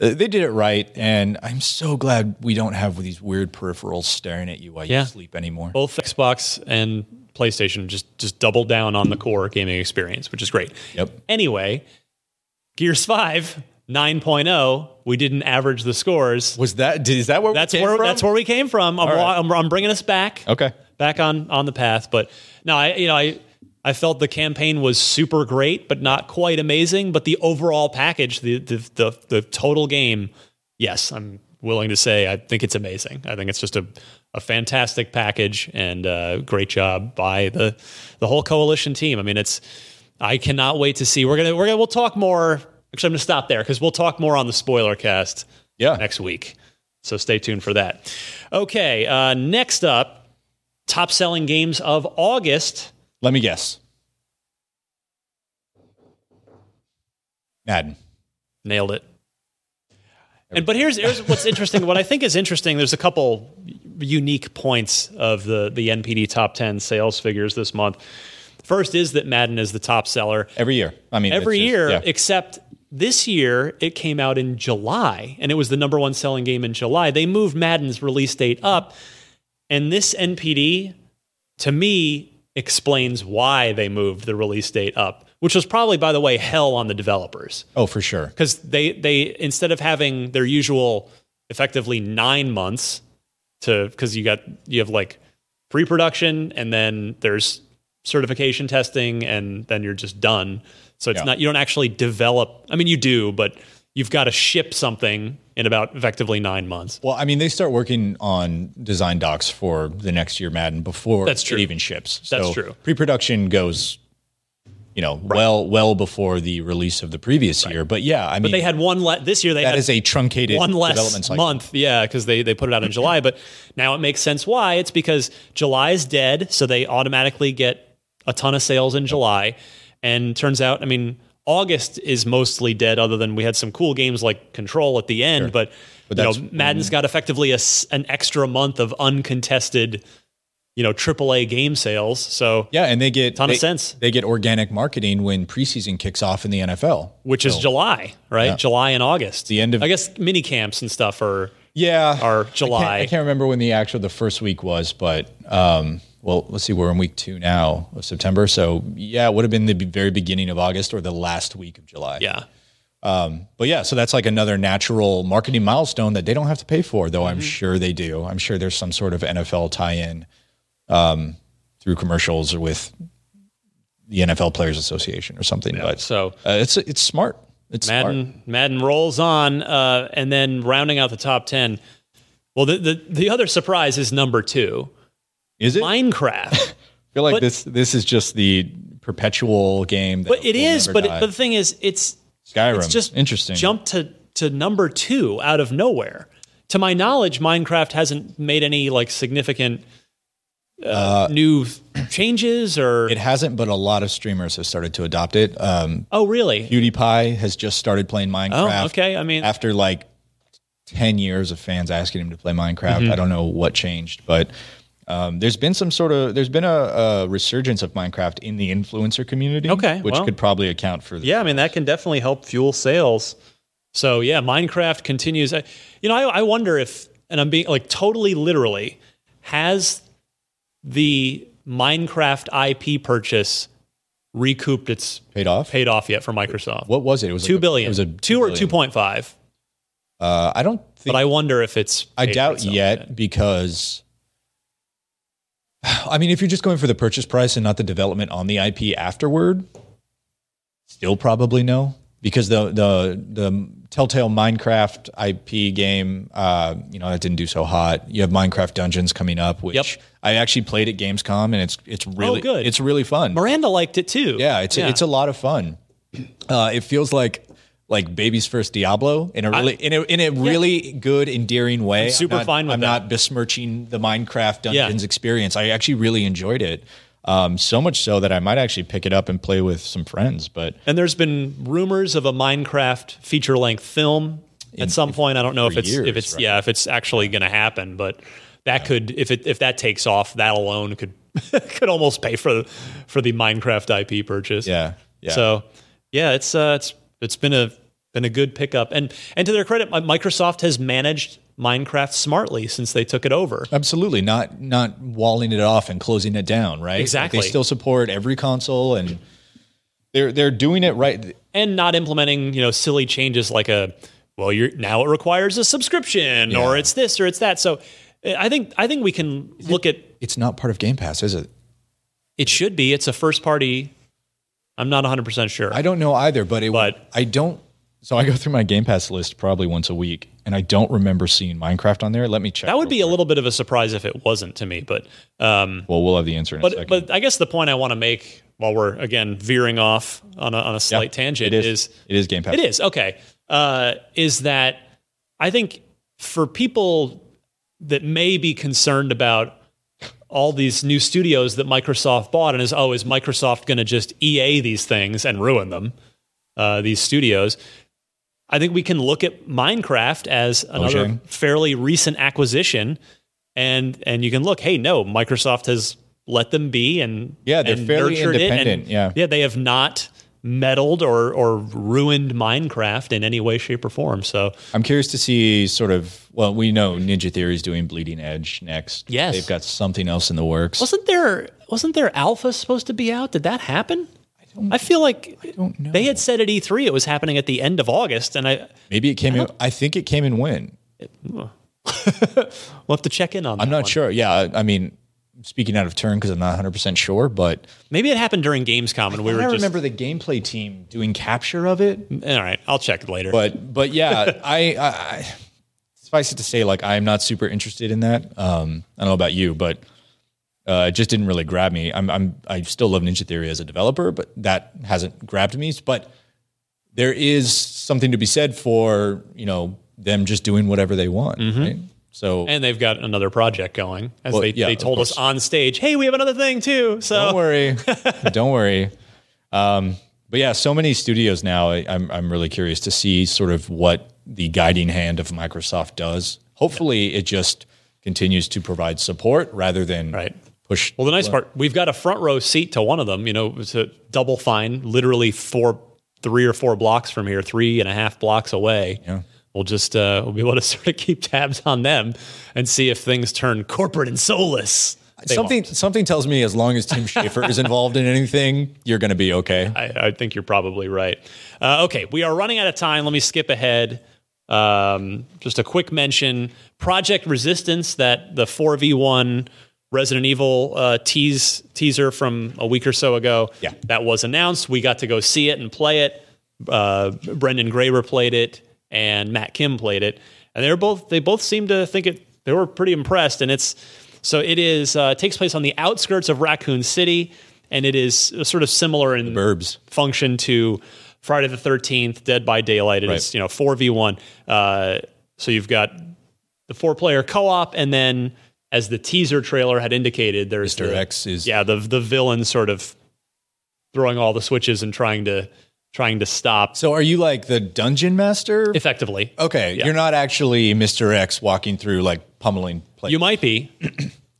B: uh, They did it right, and I'm so glad we don't have these weird peripherals staring at you while
A: Yeah.
B: you sleep anymore.
A: both Xbox and PlayStation just just double down on the core gaming experience, which is great.
B: Yep.
A: Anyway, Gears 5 9.0, oh, we didn't average the scores.
B: Was that? Did, is that where?
A: That's
B: we came
A: where
B: from?
A: that's where we came from. I'm,
B: right.
A: I'm, I'm bringing us back.
B: Okay.
A: Back on on the path, but no, I you know, I I felt the campaign was super great, but not quite amazing, but the overall package, the the the, the total game, yes, I'm willing to say I think it's amazing. I think it's just a a fantastic package and uh, great job by the the whole coalition team. I mean, it's I cannot wait to see. We're going to we're going to we'll talk more Actually, I'm going to stop there because we'll talk more on the spoiler cast
B: Yeah.
A: next week. So stay tuned for that. Okay, uh, next up, top selling games of August.
B: Let me guess. Madden.
A: Nailed it. And but here's here's what's interesting. what I think is interesting. There's a couple unique points of the the NPD top ten sales figures this month. First is that Madden is the top seller.
B: Every year. I mean,
A: every
B: it's
A: year
B: just- yeah.
A: except this year it came out in July and it was the number one selling game in July. They moved Madden's release date up, and this NPD to me explains why they moved the release date up, which was probably by the way hell on the developers
B: oh, for sure.
A: because they they instead of having their usual effectively nine months to because you got you have like pre-production and then there's certification testing and then you're just done so it's
B: Yeah.
A: not you don't actually develop i mean you do but you've got to ship something in about effectively nine months
B: Well, I mean, they start working on design docs for the next year Madden before
A: That's true.
B: it even ships.
A: That's
B: So
A: true.
B: Pre-production goes you know, well well before the release of the previous year. But yeah, I mean,
A: They had one le- this year. They
B: that
A: had
B: is a truncated
A: one
B: development
A: less
B: cycle.
A: month. Yeah, because they, they put it out in July. But now it makes sense why. It's because July is dead, so they automatically get a ton of sales in July. And turns out, I mean, August is mostly dead, other than we had some cool games like Control at the end. But,
B: But
A: you know,
B: that's- mm.
A: Madden's got effectively a s an extra month of uncontested, you know, AAA game sales. So
B: Yeah, and they get
A: Ton of
B: they-
A: sense.
B: They get organic marketing when preseason kicks off in the NFL.
A: which is July, right? July and August.
B: The end of-
A: I guess mini camps and stuff are
B: Yeah,
A: are
B: I
A: July.
B: can't, I can't remember when the actual the first week was, but um, well, let's see, we're in week two now of September, so yeah, it would have been the be- very beginning of August or the last week of July.
A: Yeah.
B: but yeah, so that's like another natural marketing milestone that they don't have to pay for, though
A: Mm-hmm.
B: I'm sure they do. I'm sure there's some sort of NFL tie-in um, through commercials or with the NFL Players Association or something. But
A: So
B: uh, it's it's smart. It's smart.
A: Madden Madden rolls on, uh, and then rounding out the top ten. Well, the, the the other surprise is number two,
B: Is it?
A: Minecraft.
B: I feel like
A: But-
B: this this is just the perpetual game. That
A: But it
B: will
A: is.
B: never
A: But it,
B: die.
A: but the thing is, it's
B: Skyrim.
A: it's just
B: interesting.
A: Jump to to number two out of nowhere. To my knowledge, Minecraft hasn't made any like significant uh, new changes or.
B: It hasn't, but a lot of streamers have started to adopt it. Um,
A: oh, really?
B: PewDiePie has just started playing Minecraft.
A: Oh, okay. I mean,
B: After like ten years of fans asking him to play Minecraft,
A: Mm-hmm.
B: I don't know what changed, but. Um, there's been some sort of there's been a, a resurgence of Minecraft in the influencer community,
A: Okay,
B: which
A: well.
B: could probably account for the
A: yeah, I mean that can definitely help fuel sales. So yeah, Minecraft continues. I, you know, I, I wonder if, and I'm being like totally literally, has the Minecraft IP purchase recouped its
B: paid off.
A: paid off yet for Microsoft?
B: What was it? It was
A: Two billion.
B: It was a
A: two or two point five.
B: Uh, I don't think
A: But I wonder if it's.
B: I
A: paid for
B: doubt
A: itself
B: yet because I mean, if you're just going for the purchase price and not the development on the IP afterward, still probably no because the the the Telltale Minecraft IP game, uh, you know, that didn't do so hot. You have Minecraft Dungeons coming up, which
A: Yep. Oh,
B: I actually played at Gamescom, and it's it's really
A: good.
B: It's really fun.
A: Miranda liked it too.
B: Yeah, it's
A: Yeah.
B: it's a lot of fun. Uh, it feels like like baby's first Diablo in a really in a in a really good endearing way. I'm
A: super
B: not,
A: fine with
B: I'm
A: that.
B: not besmirching the Minecraft Dungeons experience. I actually really enjoyed it. Um, so much so that I might actually pick it up and play with some friends. But
A: And there's been rumors of a Minecraft feature length film at some point. I don't know if it's
B: years,
A: if it's
B: right?
A: yeah if it's actually going to happen, but that could if it if that takes off, that alone could could almost pay for for the Minecraft IP purchase.
B: yeah, yeah.
A: So yeah, it's uh, it's it's been a been a good pickup, and and to their credit, Mi- Microsoft has managed Minecraft smartly since they took it over.
B: Absolutely, not not walling it off and closing it down, right? Like,
A: Exactly.
B: they still support every console, and they're they're doing it right.
A: and not implementing you know silly changes like a well you're now it requires a subscription or it's this or it's that so eh, i think i think we can look at
B: It's not part of Game Pass, is it?
A: it should be it's a first party i'm not 100% sure
B: I don't know either, but it
A: But-
B: I don't so I go through my Game Pass list probably once a week and I don't remember seeing Minecraft on there. Let me check.
A: that would be a little bit of a surprise if it wasn't to me but um
B: well, we'll have the answer in a
A: but
B: second.
A: but i guess the point i want to make while we're again veering off on a, on a slight tangent
B: it is,
A: is
B: it is Game Pass.
A: It is okay. Uh, is that I think for people that may be concerned about all these new studios that Microsoft bought, and is oh, is Microsoft going to just EA these things and ruin them? Uh, these studios. I think we can look at Minecraft as another
B: Mojang.
A: fairly recent acquisition, and and you can look, hey, no, Microsoft has let them be, and
B: Yeah, they're
A: and
B: fairly
A: nurtured it, and-
B: independent, yeah.
A: yeah, they have not meddled or or ruined Minecraft in any way, shape, or form. So
B: I'm curious to see sort of well, we know Ninja Theory is doing Bleeding Edge next.
A: Yes.
B: They've got something else in the works.
A: wasn't there wasn't there Alpha supposed to be out? Did that happen? I, feel like
B: don't know.
A: they had said at E3 it was happening at the end of August, and I
B: Maybe it came in I think it came in when.
A: we'll have to check in on.
B: I'm
A: that
B: not
A: one.
B: sure. Yeah, I, I mean speaking out of turn because I'm not 100% sure, but
A: Maybe it happened during Gamescom, and we were
B: I
A: just
B: remember the gameplay team doing capture of it.
A: all right. I'll check it later.
B: but but yeah, I, I, I suffice it to say, like I'm not super interested in that. Um, I don't know about you, but Uh, it just didn't really grab me. I'm, I'm I still love Ninja Theory as a developer, but that hasn't grabbed me. But there is something to be said for you know them just doing whatever they want. Right? So
A: And they've got another project going, as
B: Well,
A: they,
B: yeah,
A: they
B: of
A: told us on stage. Hey, we have another thing too.
B: don't
A: So
B: worry, don't worry. Um, but yeah, so many studios now. I, I'm I'm really curious to see sort of what the guiding hand of Microsoft does. Hopefully, it just continues to provide support rather than
A: Right.
B: push.
A: well, the nice part, we've got a front row seat to one of them. You know, to double fine, literally four, three or four blocks from here, three and a half blocks away. Yeah. We'll just uh, we'll be able to sort of keep tabs on them and see if things turn corporate and soulless. They
B: something something tells me as long as Tim Schafer is involved in anything, you're going to be okay.
A: I, I think you're probably right. Uh, okay, we are running out of time. Let me skip ahead. Um, just a quick mention: Project Resistance, that the four v one Resident Evil uh, tease teaser from a week or so ago.
B: Yeah.
A: that was announced. We got to go see it and play it. Uh, Brendan Graber played it, and Matt Kim played it, and they were both they both seemed to think it. They were pretty impressed, and it's so it is uh, takes place on the outskirts of Raccoon City. And it is sort of similar in
B: Burbs.
A: function to Friday the Thirteenth, Dead by Daylight. It's
B: Right.
A: you know four v one. Uh, so you've got the four player co op, and then as the teaser trailer had indicated, there's
B: Mr.
A: the-
B: X is-
A: yeah the the villain sort of throwing all the switches and trying to trying to stop
B: So are you like the dungeon master?
A: effectively.
B: okay, you're not actually Mr. X walking through like pummeling play.
A: You might be.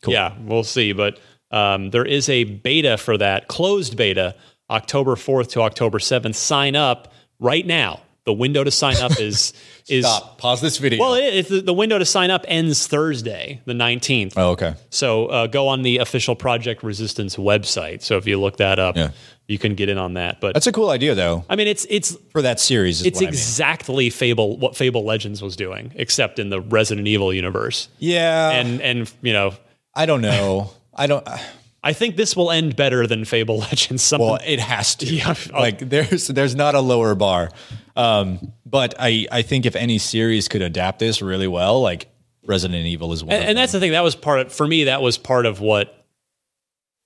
A: Yeah, we'll see. But um, there is a beta for that, closed beta, October 4th to October 7th. Sign up right now. The window to sign up is is
B: Stop. Pause this video.
A: well, it, it, the- the window to sign up ends Thursday, the 19th.
B: oh, okay.
A: So uh, go on the official Project Resistance website. So if you look that up,
B: Yeah.
A: you can get in on that. But
B: That's a cool idea though
A: I mean, it's it's
B: for that series. Is
A: it's
B: what I mean.
A: exactly Fable what Fable Legends was doing, except in the Resident Evil universe.
B: Yeah,
A: And and you know,
B: I don't know. I don't.
A: I think this will end better than Fable Legends. Something
B: Well, it has to.
A: Yeah.
B: Like there's there's not a lower bar. Um, but I I think if any series could adapt this really well, like Resident Evil is one. of
A: and, and that's the thing. That was part of, for me. That was part of what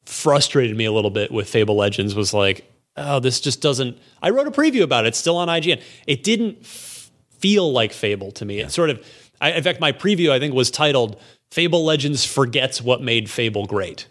A: frustrated me a little bit with Fable Legends was like, oh, this just doesn't. I wrote a preview about it. It's still on IGN. It didn't f- feel like Fable to me. It sort of. I, in fact, my preview I think was titled "Fable Legends forgets what made Fable great."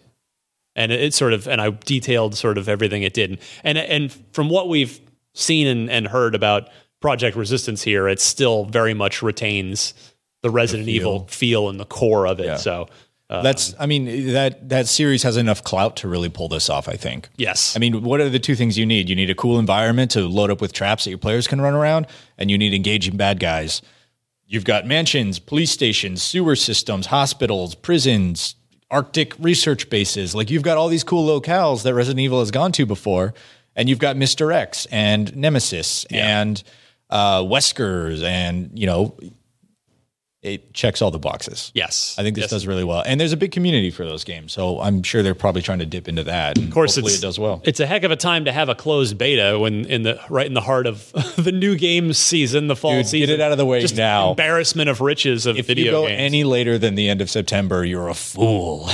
A: and it, it sort of and I detailed sort of everything it did, and and from what we've seen and, and heard about Project Resistance here, it still very much retains the Resident Evil feel and the core of it. So uh,
B: That's I mean that that series has enough clout to really pull this off. I think.
A: yes,
B: I mean, what are the two things you need? You need a cool environment to load up with traps that your players can run around, and you need engaging bad guys. You've got mansions, police stations, sewer systems, hospitals, prisons, Arctic research bases. Like you've got all these cool locales that Resident Evil has gone to before, and you've got Mister X and Nemesis and uh, Wesker's, and you know, it checks all the boxes.
A: yes.
B: I think this
A: yes.
B: does really well, and there's a big community for those games, so I'm sure they're probably trying to dip into that. Of
A: course,
B: hopefully
A: it's-
B: it does well.
A: It's a heck of a time to have a closed beta when in the right in the heart of the new game season, the fall
B: Dude, get
A: season.
B: it out of the way
A: Just
B: now.
A: Embarrassment of riches of
B: If
A: video
B: you go
A: games.
B: any later than the end of September, you're a fool.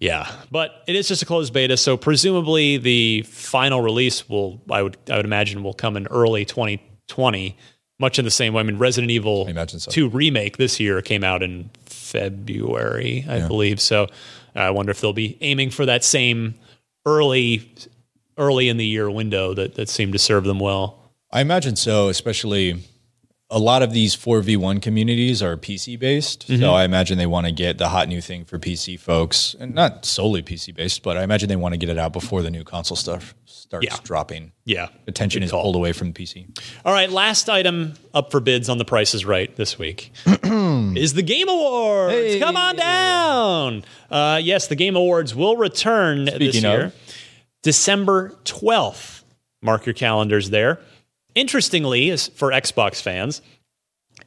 A: Yeah, but it is just a closed beta, so presumably the final release will, I would, I would imagine, will come in early 2020. Much in the same way, I mean, Resident Evil
B: imagine so.
A: 2 remake this year came out in February, I believe. So uh, I wonder if they'll be aiming for that same early, early in the year window that that seemed to serve them well.
B: I imagine so, especially a lot of these 4v1 communities are PC based.
A: Mm-hmm.
B: So I imagine they want to get the hot new thing for PC folks, and not solely PC based, but I imagine they want to get it out before the new console stuff starts
A: Yeah.
B: dropping.
A: Yeah,
B: Attention is pulled away from PC.
A: All right, last item up for bids on the Price is Right this week is the Game Awards. Come on down. Uh, yes, the Game Awards will return this
B: Speaking of.
A: year, December twelfth. Mark your calendars there. Interestingly, is for Xbox fans,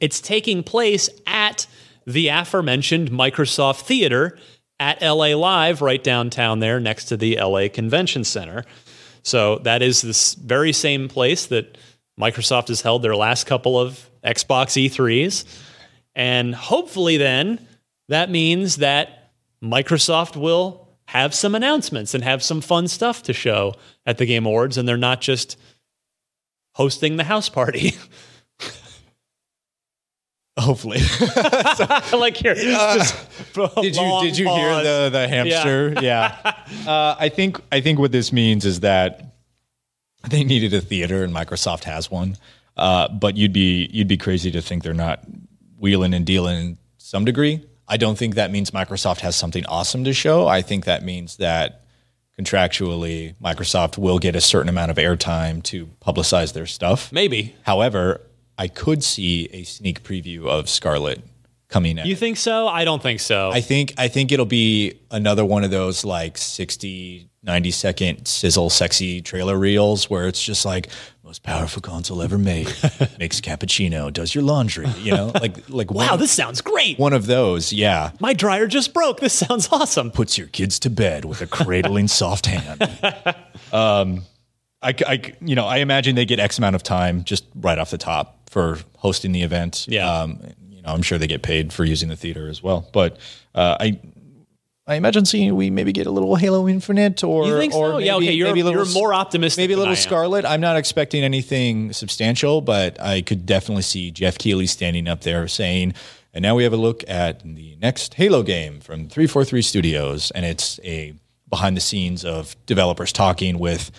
A: it's taking place at the aforementioned Microsoft Theater at LA Live, right downtown there, next to the LA Convention Center. So that is this very same place that Microsoft has held their last couple of Xbox E E3s. And hopefully, then, that means that Microsoft will have some announcements and have some fun stuff to show at the Game Awards, and they're not just hosting the house party.
B: Hopefully.
A: like here, just
B: did you did you hear the the hamster? Yeah. Uh, I think I think what this means is that they needed a theater and Microsoft has one. Uh, but you'd be you'd be crazy to think they're not wheeling and dealing in some degree. I don't think that means Microsoft has something awesome to show. I think that means that contractually Microsoft will get a certain amount of airtime to publicize their stuff.
A: maybe?
B: However, I could see a sneak preview of Scarlet coming out.
A: You think so? I don't think so.
B: I think I think it'll be another one of those like 60 90 second sizzle sexy trailer reels where it's just like most powerful console ever made makes cappuccino does your laundry you know like like
A: wow,
B: one,
A: this sounds great.
B: one of those yeah
A: My dryer just broke. This sounds awesome.
B: puts your kids to bed with a cradling soft hand um I, c- I c- you know I imagine they get X amount of time just right off the top for hosting the event
A: Yeah.
B: um, you know I'm sure they get paid for using the theater as well but uh, I I imagine seeing we maybe get a little Halo Infinite or
A: You think
B: or
A: so? yeah,
B: maybe-
A: okay. You're,
B: maybe a little
A: you're more optimistic.
B: maybe a
A: than
B: little
A: I am.
B: Scarlet. I'm not expecting anything substantial, but I could definitely see Jeff Keighley standing up there saying, and now we have a look at the next Halo game from 343 Studios. And it's a behind the scenes of developers talking with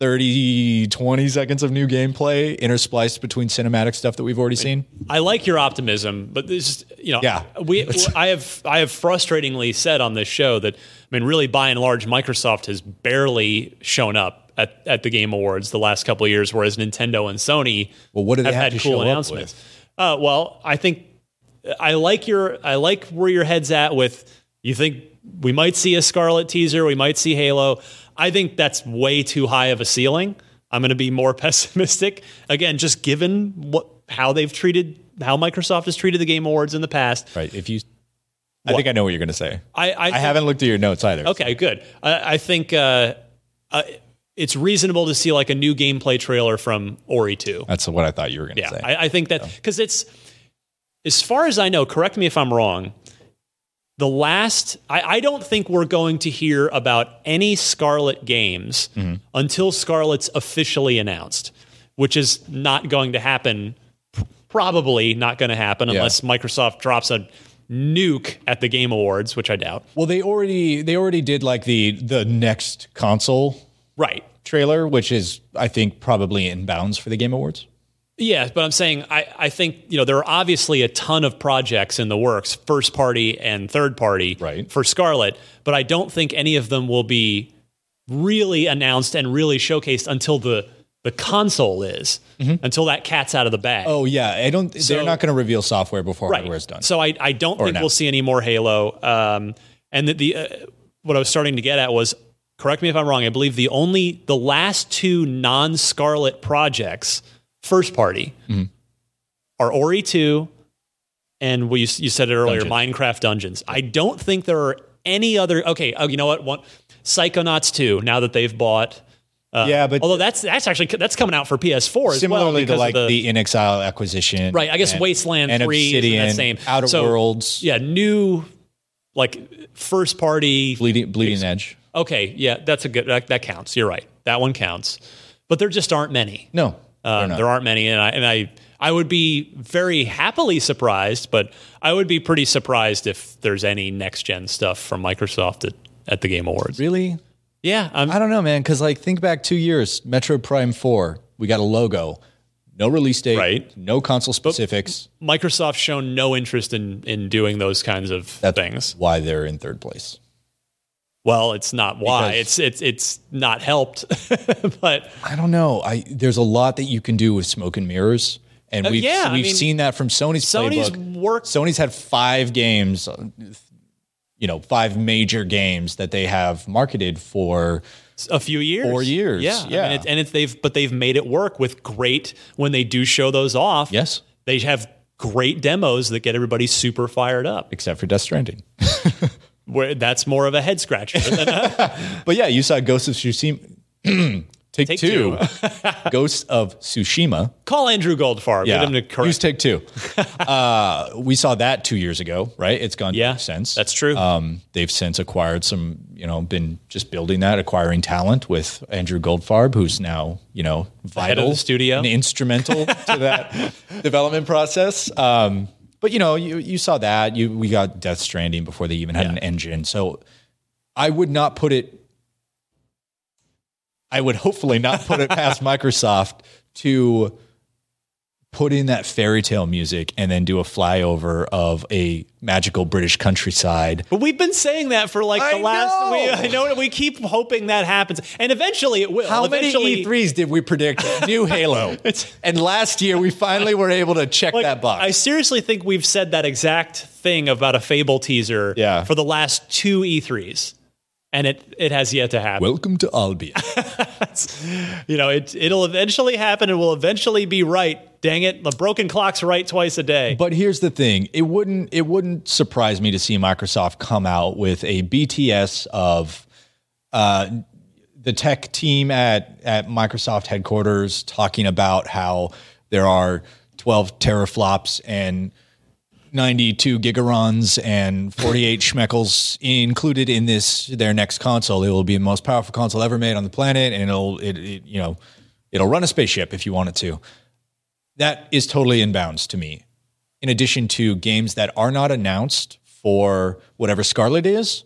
B: 30, 20 seconds of new gameplay interspliced between cinematic stuff that we've already seen.
A: I like your optimism, but this, you know,
B: Yeah.
A: we, I have, I have frustratingly said on this show that, I mean, really by and large, Microsoft has barely shown up at, at the Game Awards the last couple of years, whereas Nintendo and Sony
B: Well, what do they
A: have
B: have
A: had
B: to show
A: cool
B: up
A: announcements. Uh, well, I think I like your, I like where your head's at with. You think we might see a Scarlet teaser, we might see Halo. I think that's way too high of a ceiling. I'm going to be more pessimistic again, just given what how they've treated how Microsoft has treated the Game Awards in the past.
B: Right. If you, I think I know what you're going to say.
A: I, I,
B: I haven't looked at your notes either.
A: Okay, good. I, I think uh, uh, it's reasonable to see like a new gameplay trailer from Ori 2.
B: That's what I thought you were going to
A: Yeah,
B: say.
A: I, I think that because it's as far as I know. Correct me if I'm wrong. The last, I, I don't think we're going to hear about any Scarlet games until Scarlet's officially announced, which is not going to happen. p- Probably not going to happen unless Microsoft drops a nuke at the Game Awards, which I doubt.
B: Well, they already they already did like the the next console
A: Right.
B: trailer, which is I think probably in bounds for the Game Awards.
A: Yeah, but I'm saying I, I think you know there are obviously a ton of projects in the works, first party and third party
B: Right.
A: for Scarlet, but I don't think any of them will be really announced and really showcased until the the console is until that cat's out of the bag.
B: Mm-hmm. Oh yeah, I don't. they're not going to reveal software before hardware is done.
A: So I, I don't think
B: now.
A: we'll see any more Halo. Um, and the, the uh, what I was starting to get at was, correct me if I'm wrong. I believe the only the last two non-Scarlet projects, first party,
B: Mm-hmm.
A: are Ori two, and we you, you said it earlier, Minecraft Dungeons. I don't think there are any other. Okay, oh, you know what? One Psychonauts two. Now that they've bought.
B: yeah, but
A: uh, Although that's that's actually that's coming out for PS4 as well.
B: similarly
A: because
B: to
A: of
B: like
A: the,
B: the, In Exile acquisition,
A: Right, I guess
B: and-
A: Wasteland
B: and
A: 3 is in that
B: Obsidian,
A: same-
B: Outer
A: so-
B: Worlds,
A: yeah new like first party
B: Bleeding Bleeding Edge.
A: Okay, yeah, that's a good that, that counts. You're right. That one counts. But there just aren't many.
B: No,
A: Um,
B: they're not.
A: there aren't many and I and I I would be very happily surprised, but I would be pretty surprised if there's any next gen stuff from Microsoft at, at the Game Awards.
B: really.
A: Yeah, I'm,
B: I don't know, man. Because like, think back two years, Metro Prime Four. We got a logo, no release date,
A: Right.
B: No console specifics.
A: Microsoft's shown no interest in in doing those kinds of things.
B: Why they're in third place?
A: Well, it's not why. It's
B: Because-
A: it's it's not helped. but
B: I don't know. I there's a lot that you can do with smoke and mirrors, and we've
A: Uh, yeah, I
B: we've
A: mean,
B: seen that from Sony's
A: Sony's
B: playbook.
A: work
B: Sony's had five games, uh, you know, five major games that they have marketed for.
A: a few years,
B: Four years,
A: Yeah, I
B: yeah.
A: mean, it's, and it's they've but they've made it work with great when they do show those off.
B: Yes,
A: they have great demos that get everybody super fired up.
B: except for Death Stranding.
A: Where that's more of a head scratcher. Uh, than a-
B: But yeah, you saw Ghost of Tsushima. Take,
A: Take
B: two. Ghost of Tsushima.
A: Call Andrew Goldfarb. Get him to correct.
B: Use take two. uh, we saw that two years ago, right? It's gone
A: yeah,
B: since.
A: that's true.
B: Um, they've since acquired some, you know, been just building that, acquiring talent with Andrew Goldfarb, who's now, you know, vital
A: of the studio.
B: and instrumental to that development process. Um, but you know, you you saw that. You we got Death Stranding before they even had an engine. So I would not put it. I would hopefully not put it past Microsoft to put in that fairy tale music and then do a flyover of a magical British countryside.
A: But we've been saying that for like the
B: I
A: last.
B: know.
A: We, I know we keep hoping that happens, and eventually it will.
B: How
A: eventually,
B: many E E3s did we predict new Halo? and last year we finally were able to check
A: like,
B: that box.
A: I seriously think we've said that exact thing about a Fable teaser
B: Yeah.
A: for the last two E3s, and it it has yet to happen.
B: Welcome to Albion.
A: you know, it it'll eventually happen, and we'll eventually be right. Dang it, the broken clock's right twice a day.
B: But here's the thing: it wouldn't it wouldn't surprise me to see Microsoft come out with a BTS of uh, the tech team at at Microsoft headquarters talking about how there are 12 teraflops and 92 gigarons and 48 schmeckles included in this their next console. It will be the most powerful console ever made on the planet, and it'll it, it you know it'll run a spaceship if you want it to. That is totally in bounds to me. In addition to games that are not announced for whatever Scarlet is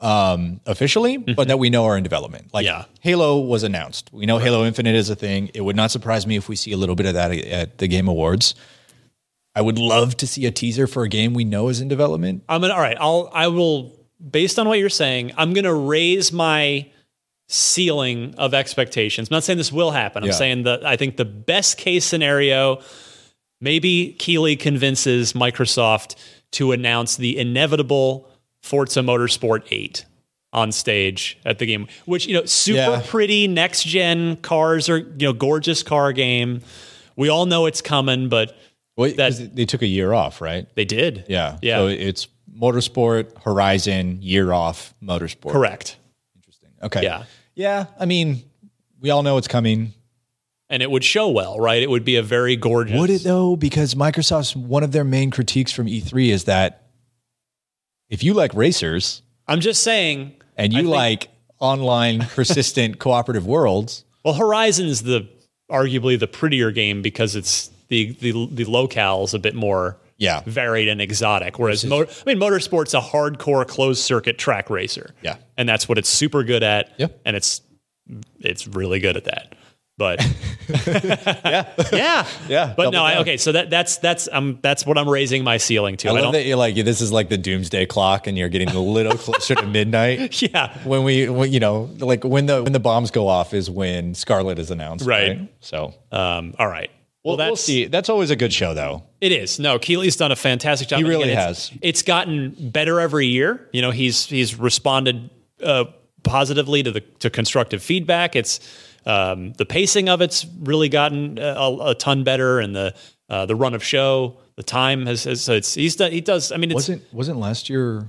B: um, officially, but that we know are in development. Like
A: Mm-hmm. Yeah.
B: Halo was announced. We know Halo Infinite is a thing. It would not surprise me if we see a little bit of that at the Game Awards. I would love to see a teaser for a game we know is in development.
A: I'm gonna all right. I'll I will based on what you're saying. I'm gonna raise my ceiling of expectations. I'm not saying this will happen. I'm
B: Yeah.
A: saying that I think the best case scenario, maybe Keeley convinces Microsoft to announce the inevitable Forza Motorsport 8 on stage at the game, which you know, super
B: Yeah.
A: pretty next gen cars are you know gorgeous car game. We all know it's coming, but
B: Well,
A: That-
B: 'cause they took a year off, right?
A: they did.
B: Yeah.
A: Yeah.
B: So it's Motorsport, Horizon, year off, Motorsport.
A: Correct.
B: Okay.
A: Yeah.
B: Yeah. I mean, we all know it's coming.
A: and it would show well, right? It would be a very gorgeous.
B: Would it though? Because Microsoft's one of their main critiques from E3 is that if you like racers
A: I'm just saying.
B: and
A: I
B: you
A: think-
B: like online, persistent, cooperative worlds,
A: Well, Horizon's the arguably the prettier game because it's the the the locale's a bit more
B: Yeah.
A: varied and exotic. Whereas, mo- I mean, motorsport's a hardcore closed circuit track racer.
B: Yeah.
A: and that's what it's super good at.
B: Yep.
A: and it's it's really good at that. But yeah, yeah,
B: Yeah,
A: But no,
B: double
A: I,
B: down.
A: okay. So that that's that's um that's what I'm raising my ceiling to.
B: I
A: I
B: love
A: don't-
B: that you're like this is like the doomsday clock, and you're getting a little closer to midnight.
A: Yeah.
B: when we, when, you know, like when the when the bombs go off is when Scarlet is announced,
A: Right.
B: right? So
A: Um, all right.
B: well, we'll
A: that's-
B: see. That's always a good show, though.
A: It is. No, Keeley's done a fantastic job. He
B: really has.
A: It's gotten better every year. You know, he's he's responded uh, positively to the to constructive feedback. It's um, the pacing of it's really gotten a, a, a ton better, and the uh, the run of show, the time has, has so it's he's done, he does. I mean, it's,
B: Wasn't wasn't last year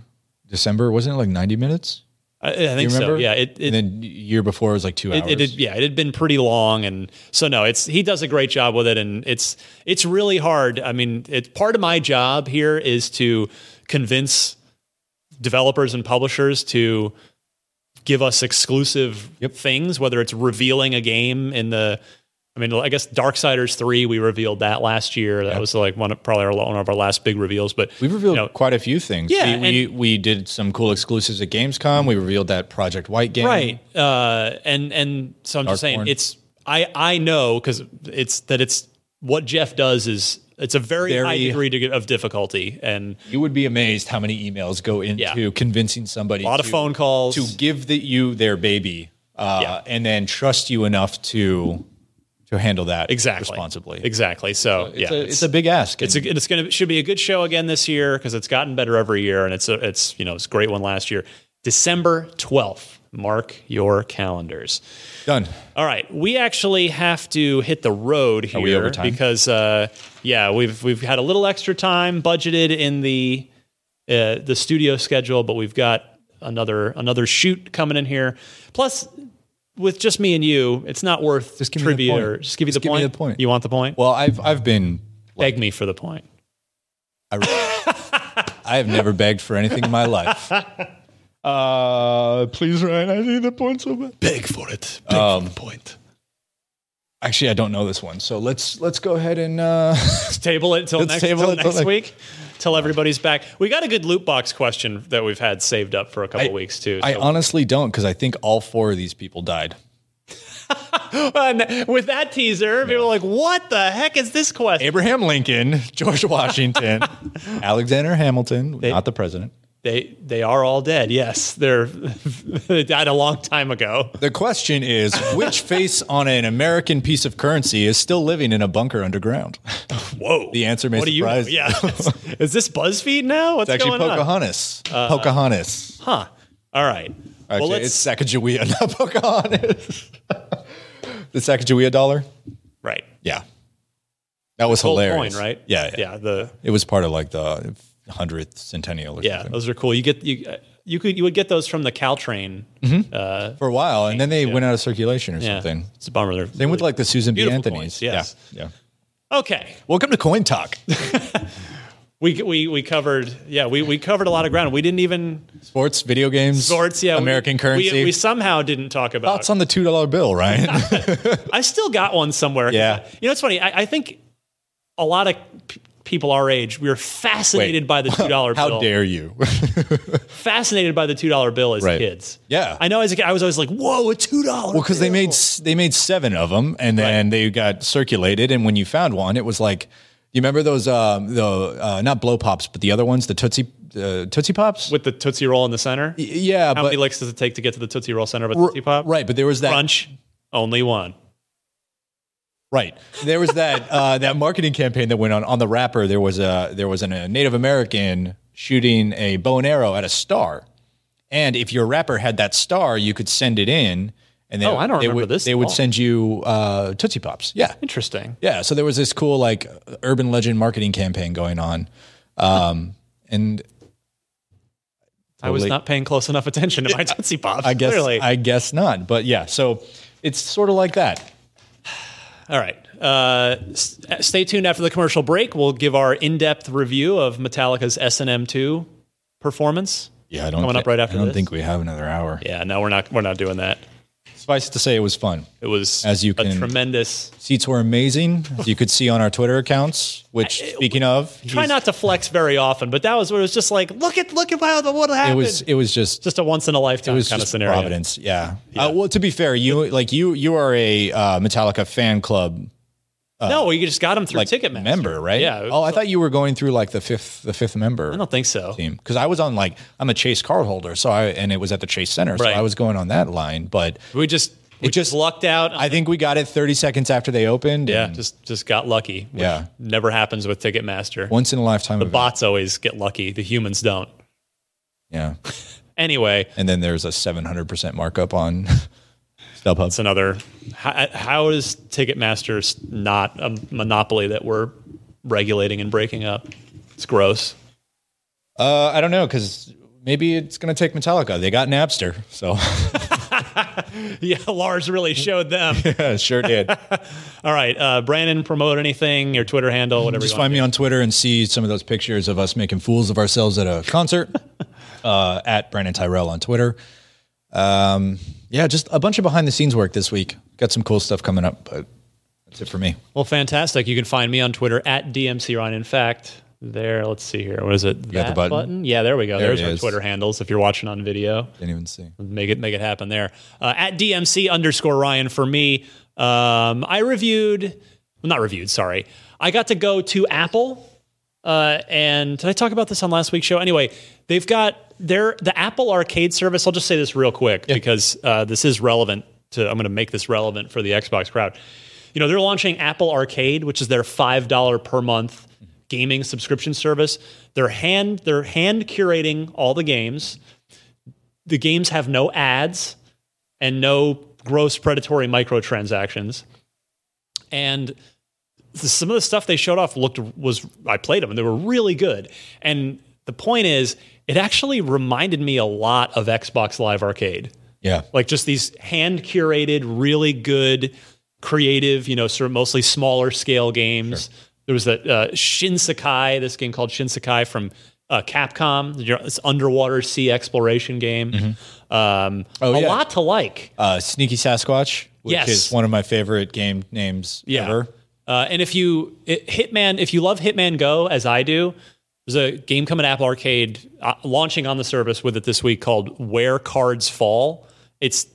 B: December? Wasn't it like 90 minutes?
A: I, I think
B: You
A: so.
B: remember?
A: Yeah, it it,
B: and then year before it was like two hours.
A: it, it had, yeah, it had been pretty long, and so no, it's he does a great job with it, and it's it's really hard. I mean, it's part of my job here is to convince developers and publishers to give us exclusive things, whether it's revealing a game in the. I mean, I guess Darksiders three we revealed that last year. That was like one of, probably our, one of our last big reveals, but
B: We revealed
A: you know,
B: quite a few things.
A: Yeah,
B: we, we, we did some cool exclusives at Gamescom. We revealed that Project White game.
A: right uh and and so i'm just saying
B: Darkborn.
A: it's i i know because it's that it's what jeff does is it's a very, high
B: Very-
A: degree to, of difficulty and
B: You would be amazed how many emails go into
A: Yeah.
B: convincing somebody.
A: a lot of
B: to-
A: phone calls
B: to give the, you their baby, uh,
A: Yeah.
B: and then trust you enough to to handle that
A: exactly
B: responsibly.
A: exactly so
B: It's,
A: yeah
B: a, it's, a big ask.
A: it's, a, it's gonna it should be a good show again this year because it's gotten better every year and it's a, it's you know it's a great one last year december 12th mark your calendars
B: done.
A: All right, we actually have to hit the road here
B: we over time?
A: because uh, yeah, we've we've had a little extra time budgeted in the uh, the studio schedule, but we've got another another shoot coming in here. Plus, with just me and you, it's not worth
B: Just give me the
A: trivia.
B: point.
A: Or just give you the
B: Just give
A: point.
B: me the point.
A: You want the point?
B: Well, I've I've been
A: Beg me for the point.
B: I, I have never begged for anything in my life. Uh, please, Ryan, I need the point so bad.
A: Beg for it. Beg for the point.
B: Um, Actually, I don't know this one, so let's let's go ahead and uh,
A: Let's table it until
B: Let's
A: next,
B: table
A: till
B: it till
A: next
B: next-
A: week. Till everybody's back. We got a good loot box question that we've had saved up for a couple weeks too.
B: I
A: so-
B: honestly don't because I think all four of these people died.
A: And with that teaser, people are like, "What the heck is this question?"
B: Abraham Lincoln, George Washington, Alexander Hamilton, not the president.
A: They they are all dead. Yes, they're they died a long time ago.
B: The question is, which face on an American piece of currency is still living in a bunker underground?
A: Whoa.
B: The answer may
A: what do you?
B: surprise
A: Yeah. is this BuzzFeed now? What's
B: It's actually
A: going on?
B: Pocahontas. Pocahontas.
A: Huh. All right. well,
B: Actually,
A: let's
B: it's Sacagawea, not Pocahontas. the Sacagawea dollar?
A: right.
B: Yeah. That was
A: Gold
B: hilarious.
A: coin, right?
B: Yeah, yeah.
A: Yeah. The
B: It was part of like the 100th centennial or
A: yeah,
B: something.
A: those are cool. You get you. uh, You could you would get those from the Caltrain. Uh,
B: For a while. And then they went out of circulation or
A: yeah,
B: something.
A: it's a bummer. They're
B: Same with like the Susan B.
A: Beautiful
B: Anthony's.
A: coins, yes.
B: Yeah. Yeah.
A: okay.
B: Welcome to Coin Talk.
A: We, we we covered yeah we, we covered a lot of ground. We didn't even
B: Sports, video games,
A: sorts yeah we-
B: American
A: we-
B: currency.
A: We, somehow didn't talk about.
B: Thoughts on the $2 bill, Ryan?
A: I still got one somewhere.
B: Yeah.
A: You know, it's funny. I, I think a lot of p- people our age, we were fascinated
B: Wait.
A: by the $2
B: How
A: bill.
B: dare you?
A: Fascinated by the $2 bill as
B: Right.
A: kids.
B: Yeah.
A: I know as a kid, I was always like, whoa, a $2
B: Well, because they made s- they made seven of them, and then they got circulated. And when you found one, it was like, you remember those um, the uh, not blow pops, but the other ones, the tootsie uh, tootsie pops.
A: With the Tootsie Roll in the center.
B: Y- yeah,
A: How
B: but
A: many licks does it take to get to the Tootsie Roll center of a Tootsie Pop?
B: right, but there was that
A: Crunch, only one.
B: right. There was that uh, that marketing campaign that went on on the wrapper. There was a there was an, a Native American shooting a bow and arrow at a star, and if your wrapper had that star, you could send it in. And they,
A: Oh, I don't
B: they
A: remember
B: would,
A: this
B: They
A: at
B: would
A: all.
B: send you uh, tootsie pops. Yeah.
A: Interesting.
B: Yeah, so there was this cool like urban legend marketing campaign going on, um, and
A: I was
B: Totally.
A: not paying close enough attention to my Tootsie Pops.
B: I guess
A: Clearly.
B: I guess not, but yeah, so it's sort of like that.
A: All right. Uh, s- stay tuned after the commercial break. We'll give our in-depth review of Metallica's S&M 2 performance.
B: Yeah, I don't
A: Coming up thi- right after I
B: I
A: don't
B: don't
A: this. think
B: think we have another hour.
A: Yeah, no, we're not. We're not doing that.
B: Suffice it to say, it was fun.
A: It was
B: As you
A: a
B: can-
A: tremendous.
B: Seats were amazing, as you could see on our Twitter accounts. Which, speaking of,
A: Try
B: he's-
A: not to flex very often, but that was where it was just like, look at look at how what
B: It
A: happened.
B: was it was just
A: just a once in a lifetime
B: it was
A: kind of
B: just
A: scenario.
B: Providence, yeah. Uh, well, to be fair, you like you you are a uh, Metallica fan club
A: no, you just got him through
B: uh, like
A: Ticketmaster.
B: member, right?
A: Yeah.
B: Oh, I thought you were going through like the fifth the fifth member.
A: I don't think so.
B: because I was on like I'm a Chase card holder, so I and it was at the Chase Center, so
A: Right.
B: I was going on that line. But
A: We just we
B: It
A: just,
B: just-
A: lucked out.
B: I think we got it 30 seconds after they opened.
A: yeah,
B: and
A: just just got lucky. which
B: Yeah.
A: never happens with Ticketmaster.
B: once in a lifetime. event.
A: Bots always get lucky. The humans don't.
B: yeah,
A: Anyway,
B: and then there's a 700 percent markup on StubHub.
A: it's another. How, how is Ticketmaster s- not a monopoly that we're regulating and breaking up? It's gross.
B: Uh, I don't know because maybe it's gonna take Metallica. They got Napster, so
A: Yeah, Lars really showed them.
B: yeah, sure did.
A: All right, uh, Brandon, promote anything, your Twitter handle, whatever
B: Just
A: you want.
B: find me on Twitter and see some of those pictures of us making fools of ourselves at a concert. uh, at Brandon Tyrell on Twitter. Um, yeah, just a bunch of behind the scenes work this week. Got some cool stuff coming up, but that's it for me.
A: Well, fantastic. You can find me on Twitter at DMC Ryan. In fact, there, let's see here. What is it?
B: got the button?
A: Yeah, there we go. There's
B: it
A: our
B: is.
A: Twitter handles if you're watching on video.
B: Didn't even see.
A: make it make it happen there uh, at dmc underscore ryan for me um, i reviewed well, not reviewed sorry i got to go to apple uh, and did i talk about this on last week's show anyway they've got their the apple arcade service i'll just say this real quick because uh, this is relevant to i'm going to make this relevant for the xbox crowd you know they're launching apple arcade which is their $5 per month gaming subscription service they're hand they're hand curating all the games the games have no ads and no gross predatory microtransactions. And the- some of the stuff they showed off looked was I played them and they were really good. And the point is, it actually reminded me a lot of Xbox Live Arcade.
B: Yeah.
A: like just these hand curated, really good, creative, you know, sort of mostly smaller scale games. There was that uh, Shin Sakai, this game called Shin Sakai from uh, Capcom, your- this underwater sea exploration game. Um,
B: Oh,
A: a
B: yeah.
A: lot to like.
B: Uh, Sneaky Sasquatch, which
A: Yes.
B: is one of my favorite game names
A: Yeah.
B: ever.
A: Uh, and if you it, Hitman, if you love Hitman Go as I do, there's a game coming to Apple Arcade uh, launching on the service with it this week called Where Cards Fall. It's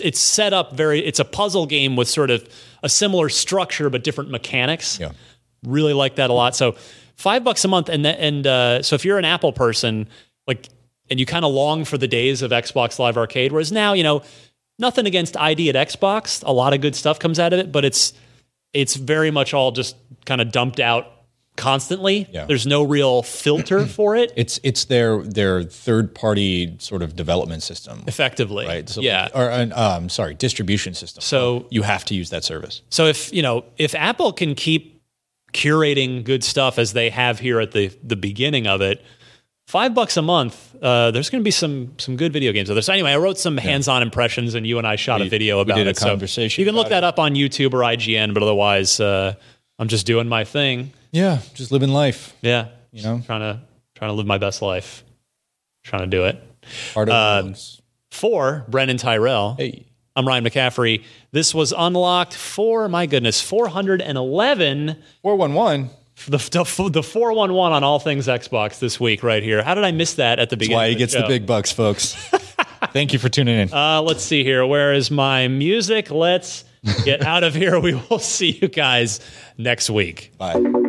A: it's set up very. It's a puzzle game with sort of a similar structure but different mechanics.
B: Yeah.
A: Really like that a lot. So five bucks a month, and th- and uh, so if you're an Apple person, like, and you kind of long for the days of Xbox Live Arcade, whereas now you know nothing against ID at Xbox, a lot of good stuff comes out of it, but it's it's very much all just kind of dumped out constantly.
B: Yeah.
A: There's no real filter for it,
B: It's it's their their third party sort of development system,
A: effectively.
B: right? So,
A: yeah.
B: or uh, um, sorry, distribution system.
A: So
B: you have to use that service.
A: So if you know if Apple can keep curating good stuff as they have here at the the beginning of it, five bucks a month, uh, there's going to be some some good video games. out there. So anyway, I wrote some hands-on impressions, and you and I shot a video about
B: did a
A: it. So
B: conversation
A: you can look
B: about
A: that up on YouTube or IGN, but otherwise, uh, I'm just doing my thing.
B: Yeah, just living life.
A: Yeah,
B: You know?
A: trying to trying to live my best life, trying to do it.
B: Part of
A: Uh, For Brennan Tyrell.
B: hey,
A: I'm Ryan McCaffrey. This was unlocked for my goodness 411
B: four one one.
A: the, the, the 411 on all things Xbox this week, right here. How did I miss that at the beginning?
B: Why
A: of
B: he gets the
A: show?
B: big bucks, folks. Thank you for tuning in.
A: Uh, let's see here. Where is my music? Let's get out of here. We will see you guys next week.
B: Bye.